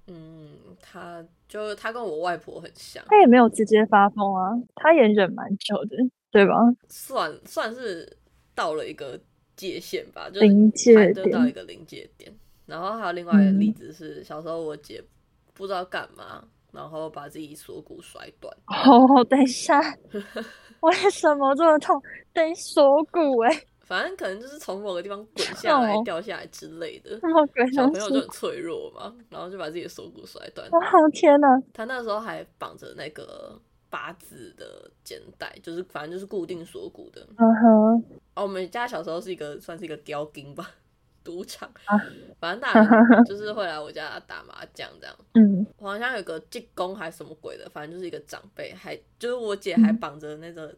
Speaker 1: 嗯，她就她跟我外婆很像，
Speaker 2: 她也没有直接发疯啊，她也忍蛮久的，对吧？
Speaker 1: 算算是到了一个界限吧，就是
Speaker 2: 临界
Speaker 1: 谈得到一
Speaker 2: 点，
Speaker 1: 个临界点。然后还有另外一个
Speaker 2: 嗯
Speaker 1: 例子是，小时候我姐不知道干嘛，然后把自己锁骨摔断。
Speaker 2: 哦，等
Speaker 1: *laughs*
Speaker 2: 一下，为什么这么痛？等于锁骨哎、
Speaker 1: 反正可能就是从某个地方滚下来、
Speaker 2: 哦
Speaker 1: 掉下来之类的。
Speaker 2: 什么鬼
Speaker 1: 小
Speaker 2: 东
Speaker 1: 朋友就
Speaker 2: 西
Speaker 1: 很？脆弱嘛，然后就把自己的锁骨摔断。
Speaker 2: *laughs* 我好哦天呐，
Speaker 1: 他那时候还绑着那个八字的肩带，就是反正就是固定锁骨的。
Speaker 2: 嗯哼，
Speaker 1: 哦，我们家小时候是一个算是一个雕钉吧， *laughs* 赌场
Speaker 2: 啊，
Speaker 1: 反正大人就是会来我家打麻将这样。
Speaker 2: 嗯，
Speaker 1: 我好像有个济公还是什么鬼的，反正就是一个长辈，还就是我姐还绑着那个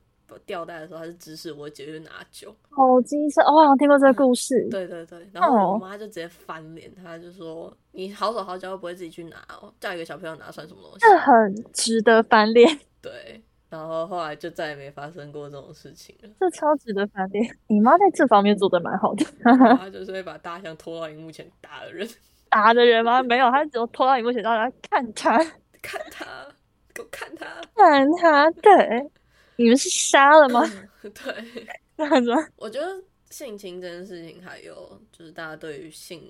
Speaker 1: 吊带的时候，她是指使我姐去拿酒。
Speaker 2: 好精神，哦我好像听过这个故事，
Speaker 1: 嗯对对对，然后我
Speaker 2: 哦
Speaker 1: 妈就直接翻脸，她就说：“你好手好脚又不会自己去拿哦，叫一个小朋友拿算什么东西
Speaker 2: 这很值得翻脸，？”
Speaker 1: 对，然后后来就再也没发生过这种事情
Speaker 2: *laughs*
Speaker 1: 了。
Speaker 2: 这超值得翻脸。你妈在这方面做的蛮好的。
Speaker 1: 我妈就是会把大象拖到荧幕前打的人，
Speaker 2: 打的人吗？没有，他只有拖到荧幕前，让他看他，
Speaker 1: 看他，给我看他。
Speaker 2: 看他。对，你们是杀了吗？
Speaker 1: *laughs*
Speaker 2: *laughs*
Speaker 1: 对，
Speaker 2: 这样子吗？
Speaker 1: 我觉得性侵这件事情，还有就是大家对于性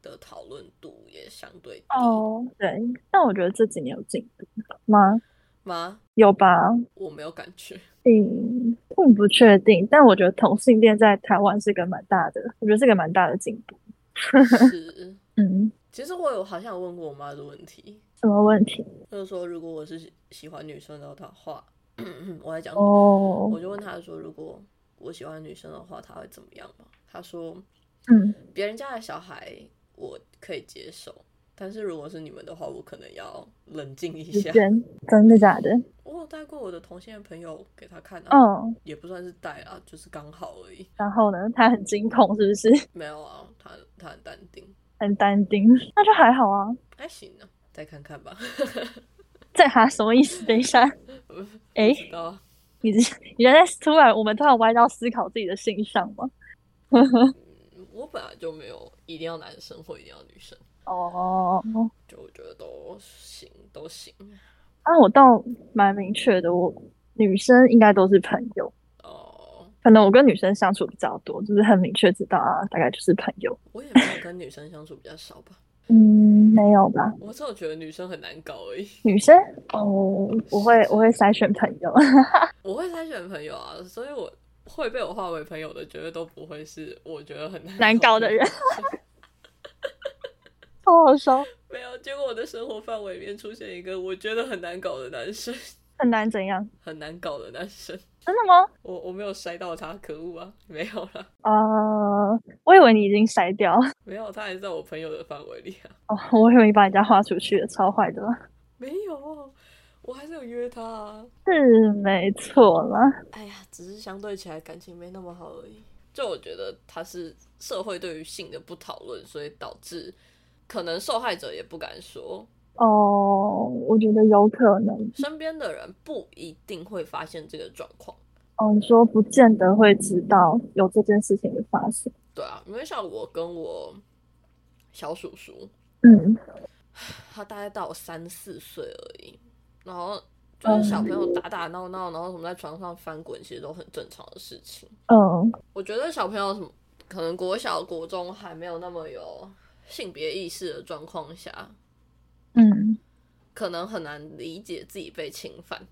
Speaker 1: 的讨论度也相对低
Speaker 2: 哦，对，但我觉得这几年有进步吗？
Speaker 1: 吗？
Speaker 2: 有吧？
Speaker 1: 我没有感
Speaker 2: *laughs*
Speaker 1: 觉。
Speaker 2: 嗯，并不确定，但我觉得同性恋在台湾是个蛮大的，我觉得是个蛮大的进步。
Speaker 1: 是，
Speaker 2: 嗯，
Speaker 1: 其实我有好像有问过我妈的问题，
Speaker 2: 什么问题？
Speaker 1: 就是说，如果我是喜喜欢女生的话， *coughs* 我在讲什么，
Speaker 2: 哦
Speaker 1: 我，就问她说，如果我喜欢女生的话，她会怎么样嘛？她说，
Speaker 2: 嗯，
Speaker 1: 别人家的小孩我可以接受，但是如果是你们的话，我可能要冷静一
Speaker 2: 时
Speaker 1: 下。
Speaker 2: 间真的假的？
Speaker 1: 我有带过我的同性恋朋友给他看啊，
Speaker 2: 嗯，
Speaker 1: 也不算是带啊，就是刚好而已。
Speaker 2: 然后呢？他很惊恐，是不是？ *laughs*
Speaker 1: 没有啊，他他很淡定，
Speaker 2: 很淡定， *laughs* 那就还好啊。
Speaker 1: 还行啊，再看看吧。 *laughs*
Speaker 2: 这哈什么意思？等一下，诶。
Speaker 1: 知道啊，
Speaker 2: 你这你在突然，我们突然歪到思考自己的性向吗？
Speaker 1: 嗯我本来就没有一定要男生或一定要女生。
Speaker 2: 哦，
Speaker 1: 就我觉得都行，都行。
Speaker 2: 啊，我倒蛮明确的，我女生应该都是朋友，
Speaker 1: 哦，
Speaker 2: 可能我跟女生相处比较多，就是很明确知道啊，大概就是朋友。
Speaker 1: 我也没有跟女生相处比较少吧。
Speaker 2: 嗯，没有吧？
Speaker 1: 我只有觉得女生很难搞而已。
Speaker 2: 女生哦，我会我会筛选朋友，
Speaker 1: 我会筛选朋友啊，所以我会被我化为朋友的，绝对都不会是我觉得很难
Speaker 2: 难搞的人好好笑，
Speaker 1: *laughs* 没有，结果我的生活范围里面出现一个我觉得很难搞的男生，
Speaker 2: 很难怎样？
Speaker 1: 很难搞的男生。
Speaker 2: 真的吗？
Speaker 1: 我我没有筛到他，可恶啊！没有啦，
Speaker 2: 呃，我以为你已经筛掉了
Speaker 1: 没有，他还是在我朋友的范围里啊。
Speaker 2: 哦，我以为你把人家划出去了，超坏的。
Speaker 1: 没有，我还是有约他啊。
Speaker 2: 是没错啦，
Speaker 1: 哎呀，只是相对起来感情没那么好而已。就我觉得他是社会对于性的不讨论，所以导致可能受害者也不敢说，
Speaker 2: 哦，我觉得有可能。
Speaker 1: 身边的人不一定会发现这个状况。
Speaker 2: 哦，你说不见得会知道有这件事情的发生。
Speaker 1: 对啊，因为像我跟我小叔叔，
Speaker 2: 嗯，
Speaker 1: 他大概大我三四岁而已，然后就是小朋友打打闹闹，然后什么在床上翻滚，其实都很正常的事情。
Speaker 2: 嗯，
Speaker 1: 我觉得小朋友什么，可能国小、国中还没有那么有性别意识的状况下，
Speaker 2: 嗯，
Speaker 1: 可能很难理解自己被侵犯。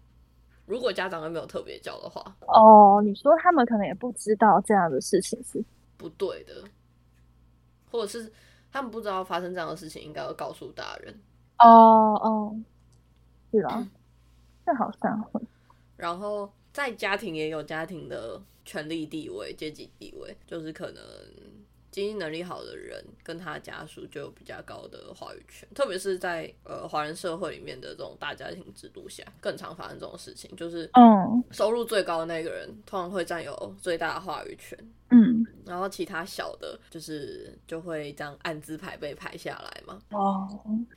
Speaker 1: 如果家长又没有特别教的话，
Speaker 2: 哦，你说他们可能也不知道这样的事情是，
Speaker 1: 不对的，或者是他们不知道发生这样的事情应该要告诉大人。
Speaker 2: 哦哦，是啦，这好像会，
Speaker 1: 然后在家庭也有家庭的权力地位、阶级地位，就是可能经济能力好的人跟他的家属就有比较高的话语权，特别是在呃华人社会里面的这种大家庭制度下，更常发生这种事情，就是
Speaker 2: 嗯
Speaker 1: 收入最高的那个人通常会占有最大的话语权。
Speaker 2: 嗯，
Speaker 1: 然后其他小的，就是就会这样按资排被排下来嘛。
Speaker 2: 哦，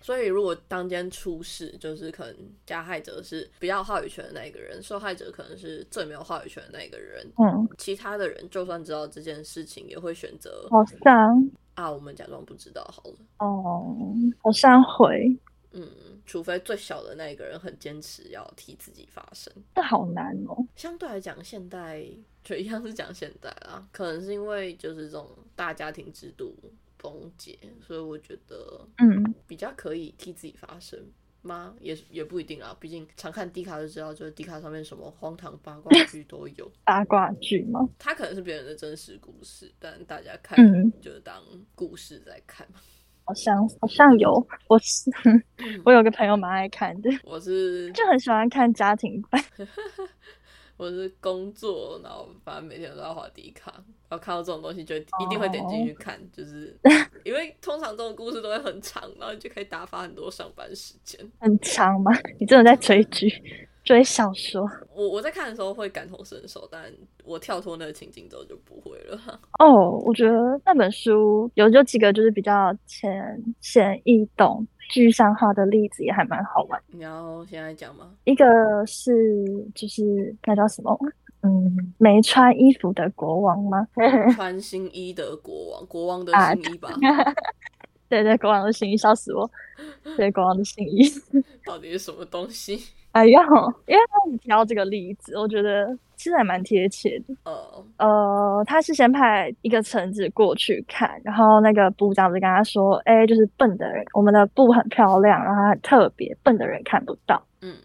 Speaker 1: 所以如果当间出事，就是可能加害者是比较有话语权的那一个人，受害者可能是最没有话语权的那一个人。
Speaker 2: 嗯，
Speaker 1: 其他的人就算知道这件事情，也会选择
Speaker 2: 好像，
Speaker 1: 啊，我们假装不知道好了。
Speaker 2: 哦，好像会，
Speaker 1: 嗯，除非最小的那一个人很坚持要替自己发声。
Speaker 2: 这好难哦，
Speaker 1: 相对来讲，现代 *laughs* 就一样是讲现代啦，可能是因为就是这种大家庭制度崩解，所以我觉得
Speaker 2: 嗯，
Speaker 1: 比较可以替自己发声吗？也也不一定啊啦，毕竟常看迪卡就知道，就是迪卡上面什么荒唐八卦剧都 *laughs* 有。
Speaker 2: 八卦剧嘛，
Speaker 1: 它可能是别人的真实故事，但大家看
Speaker 2: 嗯
Speaker 1: 就当故事在看嘛。
Speaker 2: 好像好像有，我是 *laughs* 我有个朋友蛮爱看的，
Speaker 1: 我是
Speaker 2: 就很喜欢看家庭版。
Speaker 1: 我是工作，然后反正每天都要滑迪卡，然后看到这种东西就一定会点进去看，就是因为通常这种故事都会很长，然后你就可以打发很多上班时间。
Speaker 2: 很长吗？ *laughs* 你真的在追剧、追小说？
Speaker 1: 我我在看的时候会感同身受，但我跳脱那个情境之后就不会了。
Speaker 2: 哦，我觉得那本书有有几个就是比较浅显易懂、具象化的例子也还蛮好玩。
Speaker 1: 你要现在讲
Speaker 2: *laughs*
Speaker 1: 吗？
Speaker 2: 一个是就是那叫什么？嗯，没穿衣服的国王吗？ *laughs*
Speaker 1: 穿新衣的国王，国王的
Speaker 2: 嗯啊
Speaker 1: 新衣
Speaker 2: *laughs*
Speaker 1: 吧？
Speaker 2: 对对，国王的新衣，笑死我！对，国王的新衣。
Speaker 1: 到底是什么东西？
Speaker 2: *laughs*
Speaker 1: *laughs*
Speaker 2: 哎呦，因为你提到这个例子，我觉得其实还蛮贴切的。
Speaker 1: 呃，
Speaker 2: 呃，他是先派一个臣子过去看，然后那个部长就跟他说：“哎，就是笨的人，我们的布很漂亮，然后它很特别，笨的人看不到，
Speaker 1: 嗯，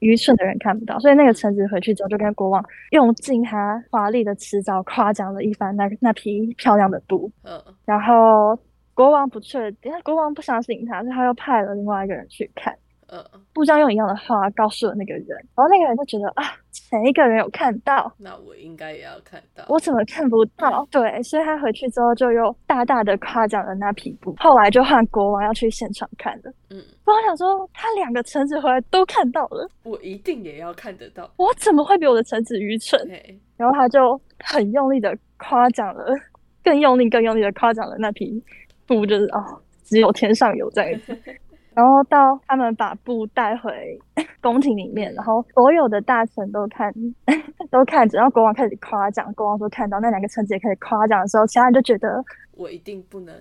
Speaker 2: 愚蠢的人看不到。”所以那个臣子回去之后，就跟国王用尽他华丽的辞藻夸奖了一番那那匹漂亮的布。
Speaker 1: 呃，
Speaker 2: 然后国王不确定，国王不相信他，所以他又派了另外一个人去看。
Speaker 1: 呃，
Speaker 2: 部长用一样的话告诉了那个人，然后那个人就觉得啊，前一个人有看到，
Speaker 1: 那我应该也要看到。
Speaker 2: 我怎么看不到？对，所以他回去之后就又大大的夸奖了那匹布。后来就换国王要去现场看的。
Speaker 1: 嗯，
Speaker 2: 国王想说，他两个臣子回来都看到了，
Speaker 1: 我一定也要看得到。
Speaker 2: 我怎么会比我的臣子愚蠢？
Speaker 1: 嘿，
Speaker 2: 然后他就很用力的夸奖了，更用力、更用力的夸奖了那匹布，就是哦，只有天上有这样子。然后到他们把布带回 *laughs* 宫廷里面，然后所有的大臣都看 *laughs* 都看着，然后国王开始夸奖，国王说看到那两个臣子也开始夸奖的时候，其他人就觉得
Speaker 1: 我一定不能。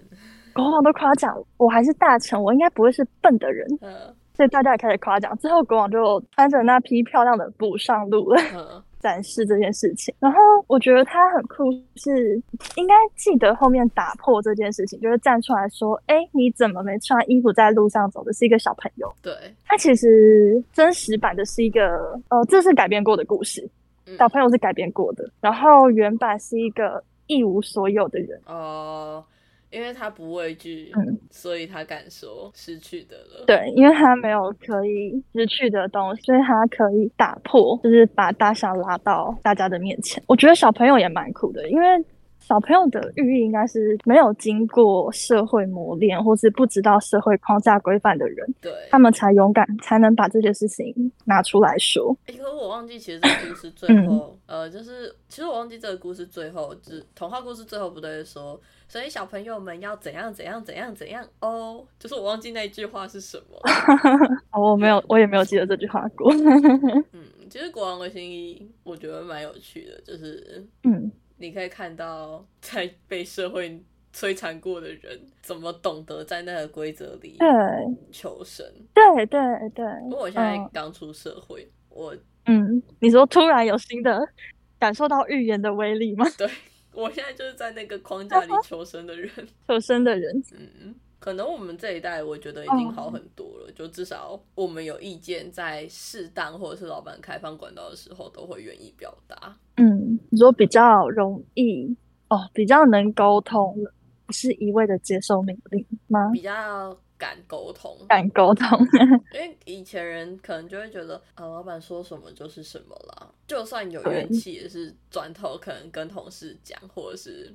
Speaker 2: 国王都夸奖我还是大臣，我应该不会是笨的人，
Speaker 1: 呃，
Speaker 2: 所以大家也开始夸奖。之后国王就穿着那匹漂亮的布上路了。
Speaker 1: 呃，
Speaker 2: 展示这件事情。然后我觉得他很酷是，应该记得后面打破这件事情，就是站出来说：“哎，你怎么没穿衣服在路上走的是一个小朋友？”
Speaker 1: 对，
Speaker 2: 他其实真实版的是一个，呃，这是改编过的故事，
Speaker 1: 嗯
Speaker 2: 小朋友是改编过的。然后原版是一个一无所有的人，
Speaker 1: 哦、因为他不畏惧，
Speaker 2: 嗯
Speaker 1: 所以他敢说失去的了。，
Speaker 2: 对，因为他没有可以失去的东西，所以他可以打破，就是把大象拉到大家的面前。我觉得小朋友也蛮酷的，因为小朋友的寓意应该是没有经过社会磨练，或是不知道社会框架规范的人，
Speaker 1: 对，
Speaker 2: 他们才勇敢，才能把这些事情拿出来说。
Speaker 1: 欸，可是我忘记，其实这个故事
Speaker 2: 嗯
Speaker 1: 最后，呃，就是其实我忘记这个故事最后，就是童话故事最后不都是说，所以小朋友们要怎样怎样怎样怎样哦，就是我忘记那句话是什么。
Speaker 2: 哦，我没有，我也没有记得这句话过。
Speaker 1: *laughs*
Speaker 2: *laughs*
Speaker 1: 嗯，其实国王的新衣我觉得蛮有趣的，就是
Speaker 2: 嗯，
Speaker 1: 你可以看到 *laughs* 在被社会摧残过的人怎么懂得在那个规则里
Speaker 2: 对，
Speaker 1: 求生。
Speaker 2: 对，对，对，
Speaker 1: 不过我现在
Speaker 2: 嗯
Speaker 1: 刚出社会，我
Speaker 2: 嗯，你说突然有新的感受到预言的威力吗？ *laughs*
Speaker 1: 对我现在就是在那个框架里求生的人。
Speaker 2: 求生的人，
Speaker 1: 嗯，可能我们这一代，我觉得已经好很多了。就至少我们有意见，在适当或者是老板开放管道的时候，都会愿意表达。
Speaker 2: 嗯，你说比较容易哦，比较能沟通了，不是一味的接受命令吗？
Speaker 1: 比较敢沟通，
Speaker 2: 敢沟通， *laughs*
Speaker 1: 因为以前人可能就会觉得，啊，老板说什么就是什么啦，就算有
Speaker 2: 对
Speaker 1: 怨气，也是转头可能跟同事讲，或者是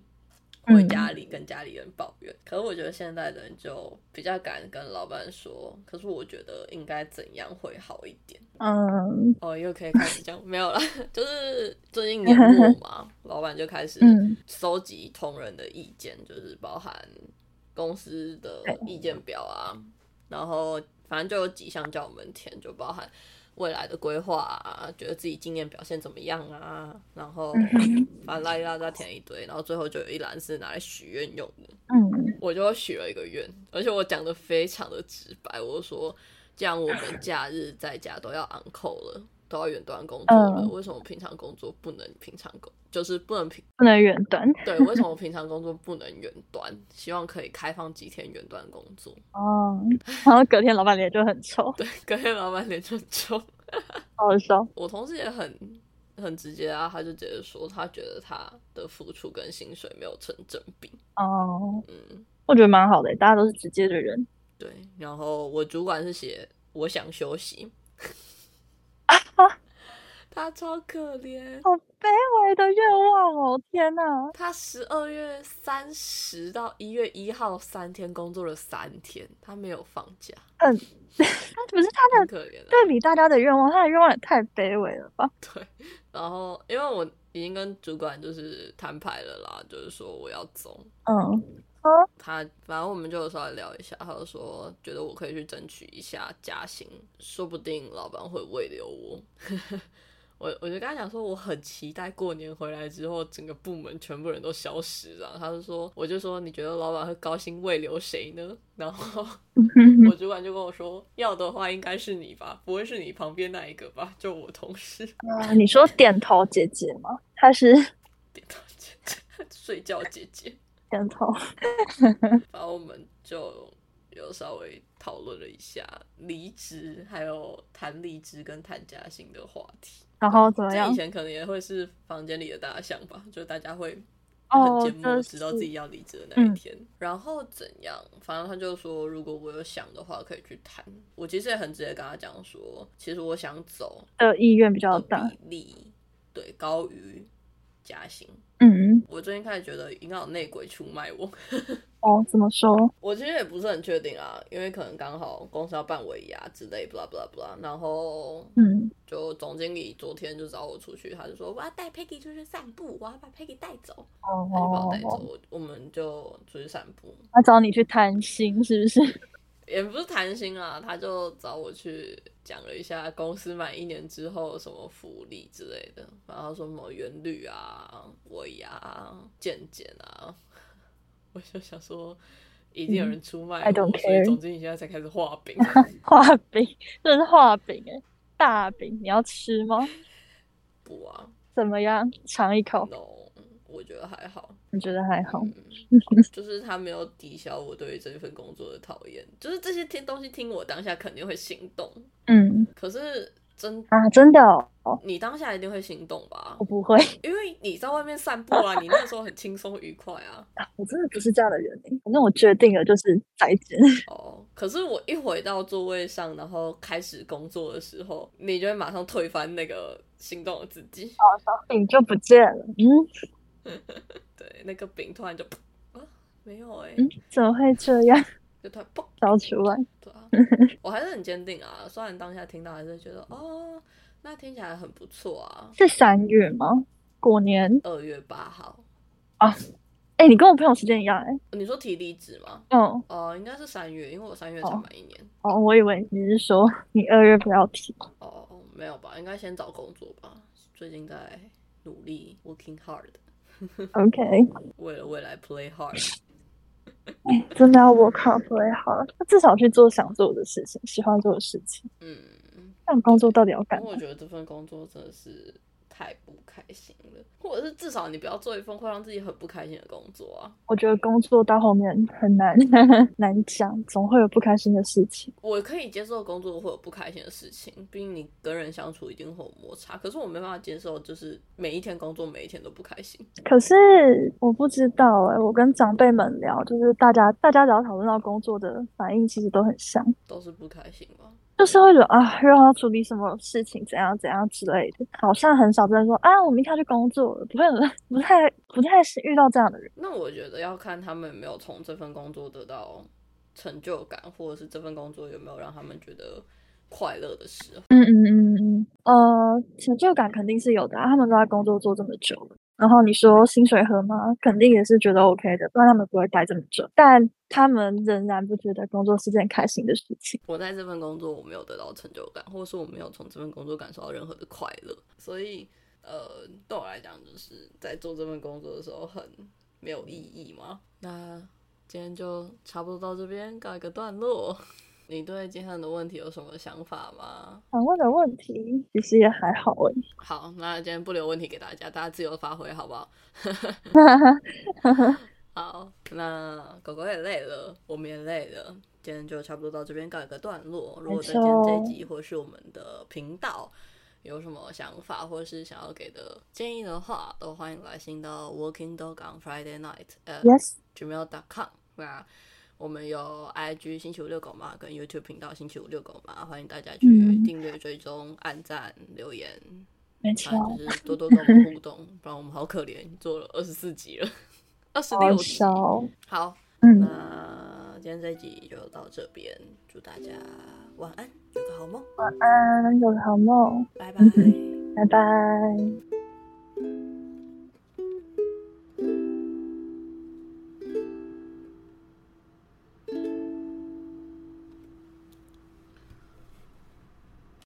Speaker 1: 回
Speaker 2: 嗯
Speaker 1: 家里跟家里人抱怨。可是我觉得现在的人就比较敢跟老板说，可是我觉得应该怎样会好一点。
Speaker 2: 嗯
Speaker 1: 哦，又可以开始讲没有啦，就是最近年末嘛，老板就开始
Speaker 2: 嗯
Speaker 1: 收集同仁的意见，就是包含公司的意见表啊，然后反正就有几项叫我们填，就包含未来的规划啊，觉得自己今年表现怎么样啊，然后反正拉一拉拉填一堆，然后最后就有一栏是拿来许愿用的，
Speaker 2: 嗯，
Speaker 1: 我就许了一个愿，而且我讲的非常的直白，我说这样我们假日在家都要 on call 了，都要远端工作了，
Speaker 2: 嗯
Speaker 1: 为什么平常工作不能平常工，就是不能平
Speaker 2: 不能远端
Speaker 1: 对，为什么平常工作不能远端？希望可以开放几天远端工作。 *laughs*
Speaker 2: 哦。然后隔天老板脸就很臭，
Speaker 1: 对，跟老板脸就臭。
Speaker 2: 好笑。
Speaker 1: 我同事也很很直接啊，他就直接说他觉得他的付出跟薪水没有成正比。
Speaker 2: 哦，
Speaker 1: 嗯，
Speaker 2: 我觉得蛮好的，大家都是直接的人。
Speaker 1: 对。然后我主管是写我想休息，他超可怜。
Speaker 2: 好卑微的愿望哦！天哪，
Speaker 1: 他十二月三十到一月一号三天工作了三天，他没有放假，
Speaker 2: 他不是他
Speaker 1: 很
Speaker 2: 的
Speaker 1: 可怜啊。
Speaker 2: 对比大家的愿望，他的愿望也太卑微了吧？
Speaker 1: 对，然后因为我已经跟主管就是摊牌了啦，就是说我要走。
Speaker 2: 嗯
Speaker 1: 他反正我们就有稍微聊一下，他就说觉得我可以去争取一下加薪，说不定老板会未留我。 *laughs* 我我就跟他讲说，我很期待过年回来之后，整个部门全部人都消失了。他就说，我就说你觉得老板会高薪未留谁呢？ *laughs* 然后
Speaker 2: 嗯
Speaker 1: 我主管就跟我说，要的话应该是你吧，不会是你旁边那一个吧？就我同事。 *laughs*
Speaker 2: 嗯，你说点头姐姐吗？她是
Speaker 1: 点头 *laughs* 姐姐，睡觉姐姐。
Speaker 2: 点头，
Speaker 1: 然后我们就有稍微讨论了一下离职，还有谈离职跟谈加薪的话题。
Speaker 2: 然后怎么
Speaker 1: 这
Speaker 2: 样
Speaker 1: 以？前可能也会是房间里的大象吧，就大家会很
Speaker 2: 哦
Speaker 1: 缄默，
Speaker 2: 这
Speaker 1: 直到
Speaker 2: 是嗯
Speaker 1: 自己要离职的那一天。然后怎样？反正他就说，如果我有想的话，可以去谈。我其实也很直接跟他讲说，其实我想走
Speaker 2: 的意愿比较
Speaker 1: 的
Speaker 2: 大。
Speaker 1: 比例，对，高于加薪。
Speaker 2: 嗯，
Speaker 1: 我最近开始觉得应该有内鬼出卖我，
Speaker 2: 哦，怎么说？
Speaker 1: 我其实也不是很确定啊，因为可能刚好公司要办尾牙之类，blah blah blah，然后
Speaker 2: 嗯，
Speaker 1: 就总经理昨天就找我出去，他就说我要带 Peggy 出去散步，我要把 Peggy 带走，他就把我带走，
Speaker 2: 哦，
Speaker 1: 我我们就出去散步，
Speaker 2: 他找你去谈心是不是？ *laughs*
Speaker 1: 也不是谈心啊，他就找我去讲了一下公司满一年之后有什么福利之类的，然后说什么元绿啊、尾牙啊、健检啊， *laughs* 我就想说。一定有人出卖我，
Speaker 2: I don't
Speaker 1: 所以
Speaker 2: care
Speaker 1: 总经理现在才开始画
Speaker 2: *laughs*
Speaker 1: 饼。
Speaker 2: 画欸饼，这是画饼哎，大饼，你要吃吗？
Speaker 1: 不啊，
Speaker 2: 怎么样？尝一口，
Speaker 1: no，我觉得还好。
Speaker 2: 你觉得还好？ *laughs*
Speaker 1: 嗯，就是他没有抵消我对于这份工作的讨厌，就是这些听东西听我当下肯定会心动，
Speaker 2: 嗯
Speaker 1: 可是真
Speaker 2: 啊，真的哦，
Speaker 1: 你当下一定会心动吧
Speaker 2: 我？不会，
Speaker 1: 因为你在外面散步啊，你那时候很轻松愉快啊。
Speaker 2: *laughs*
Speaker 1: *laughs*
Speaker 2: 我真的不是这样的人欸。反正我决定了，就是再见。 *laughs*
Speaker 1: 哦，可是我一回到座位上，然后开始工作的时候，你就会马上推翻那个心动的自己。
Speaker 2: 哦你就不见了，嗯
Speaker 1: 对，那个饼突然就噗啊，没有哎、
Speaker 2: 嗯，怎么会这样？
Speaker 1: 就突然砰。
Speaker 2: 找出来，
Speaker 1: 对
Speaker 2: *laughs*
Speaker 1: 啊，我还是很坚定啊。虽然当下听到还是觉得哦，那听起来很不错啊。
Speaker 2: 是三月吗？过年？
Speaker 1: 二月八号，
Speaker 2: 哎、你跟我朋友时间一样、欸，
Speaker 1: 你说提离职吗？
Speaker 2: 嗯，
Speaker 1: 哦、应该是三月，因为我三月才
Speaker 2: 哦
Speaker 1: 满一年。
Speaker 2: 哦，我以为你是说你二月不要提，
Speaker 1: 哦没有吧，应该先找工作吧。最近在努力 working hard，
Speaker 2: OK，
Speaker 1: 为了未来 play hard。
Speaker 2: 真的要 work hard play hard，至少去做想做的事情，喜欢做的事情。
Speaker 1: 嗯，
Speaker 2: 但工作到底要干
Speaker 1: 因为
Speaker 2: 嘛
Speaker 1: 我？觉得这份工作真的是太不开心了，或者是至少你不要做一份会让自己很不开心的工作啊。
Speaker 2: 我觉得工作到后面很难 *laughs* 难讲，总会有不开心的事情。
Speaker 1: 我可以接受工作会有不开心的事情，毕竟你跟人相处一定会有摩擦。可是我没办法接受，就是每一天工作，每一天都不开心。
Speaker 2: 可是我不知道哎、我跟长辈们聊，就是大家大家只要讨论到工作的反应，其实都很像，
Speaker 1: 都是不开心吗？
Speaker 2: 就是会觉得啊，又要处理什么事情，怎样怎样之类的，好像很少在说啊，我明天要去工作了，不会有人不太不太是遇到这样的人。
Speaker 1: 那我觉得要看他们有没有从这份工作得到成就感，或者是这份工作有没有让他们觉得快乐的时候。
Speaker 2: 嗯嗯嗯嗯，呃，成就感肯定是有的啊，他们都在工作做这么久了。然后你说薪水合吗？肯定也是觉得 OK 的，不然他们不会待这么久。但他们仍然不觉得工作是件开心的事情。
Speaker 1: 我在这份工作我没有得到成就感，或者是我没有从这份工作感受到任何的快乐，所以呃，对我来讲就是在做这份工作的时候很没有意义嘛。那今天就差不多到这边告一个段落。 *laughs* 你对今天的问题有什么想法吗？
Speaker 2: 想问的问题其实也还好诶、
Speaker 1: 好，那今天不留问题给大家，大家自由发挥，好不
Speaker 2: *laughs*
Speaker 1: 好？ *laughs* 好，那狗狗也累了，我们也累了，今天就差不多到这边告一个段落。如果对今天这一集或是我们的频道有什么想法，或是想要给的建议的话，都欢迎来信到 Working Dog on Friday Night at
Speaker 2: Yes，
Speaker 1: gmail.com。那我们有 IG 星期五六狗嘛，跟 YouTube 频道星期五六狗嘛，欢迎大家去
Speaker 2: 嗯
Speaker 1: 订阅、追踪、按赞、留言，
Speaker 2: 没
Speaker 1: 反
Speaker 2: 错。
Speaker 1: 正啊就是多多跟我们互动，不然我们好可怜，做了二十四集了，二十
Speaker 2: 好
Speaker 1: 六集。
Speaker 2: 少，
Speaker 1: 好，
Speaker 2: 嗯，
Speaker 1: 那今天这一集就到这边，祝大家晚安，有个好梦，
Speaker 2: 嗯安，有个好梦，
Speaker 1: 拜拜。
Speaker 2: 拜拜。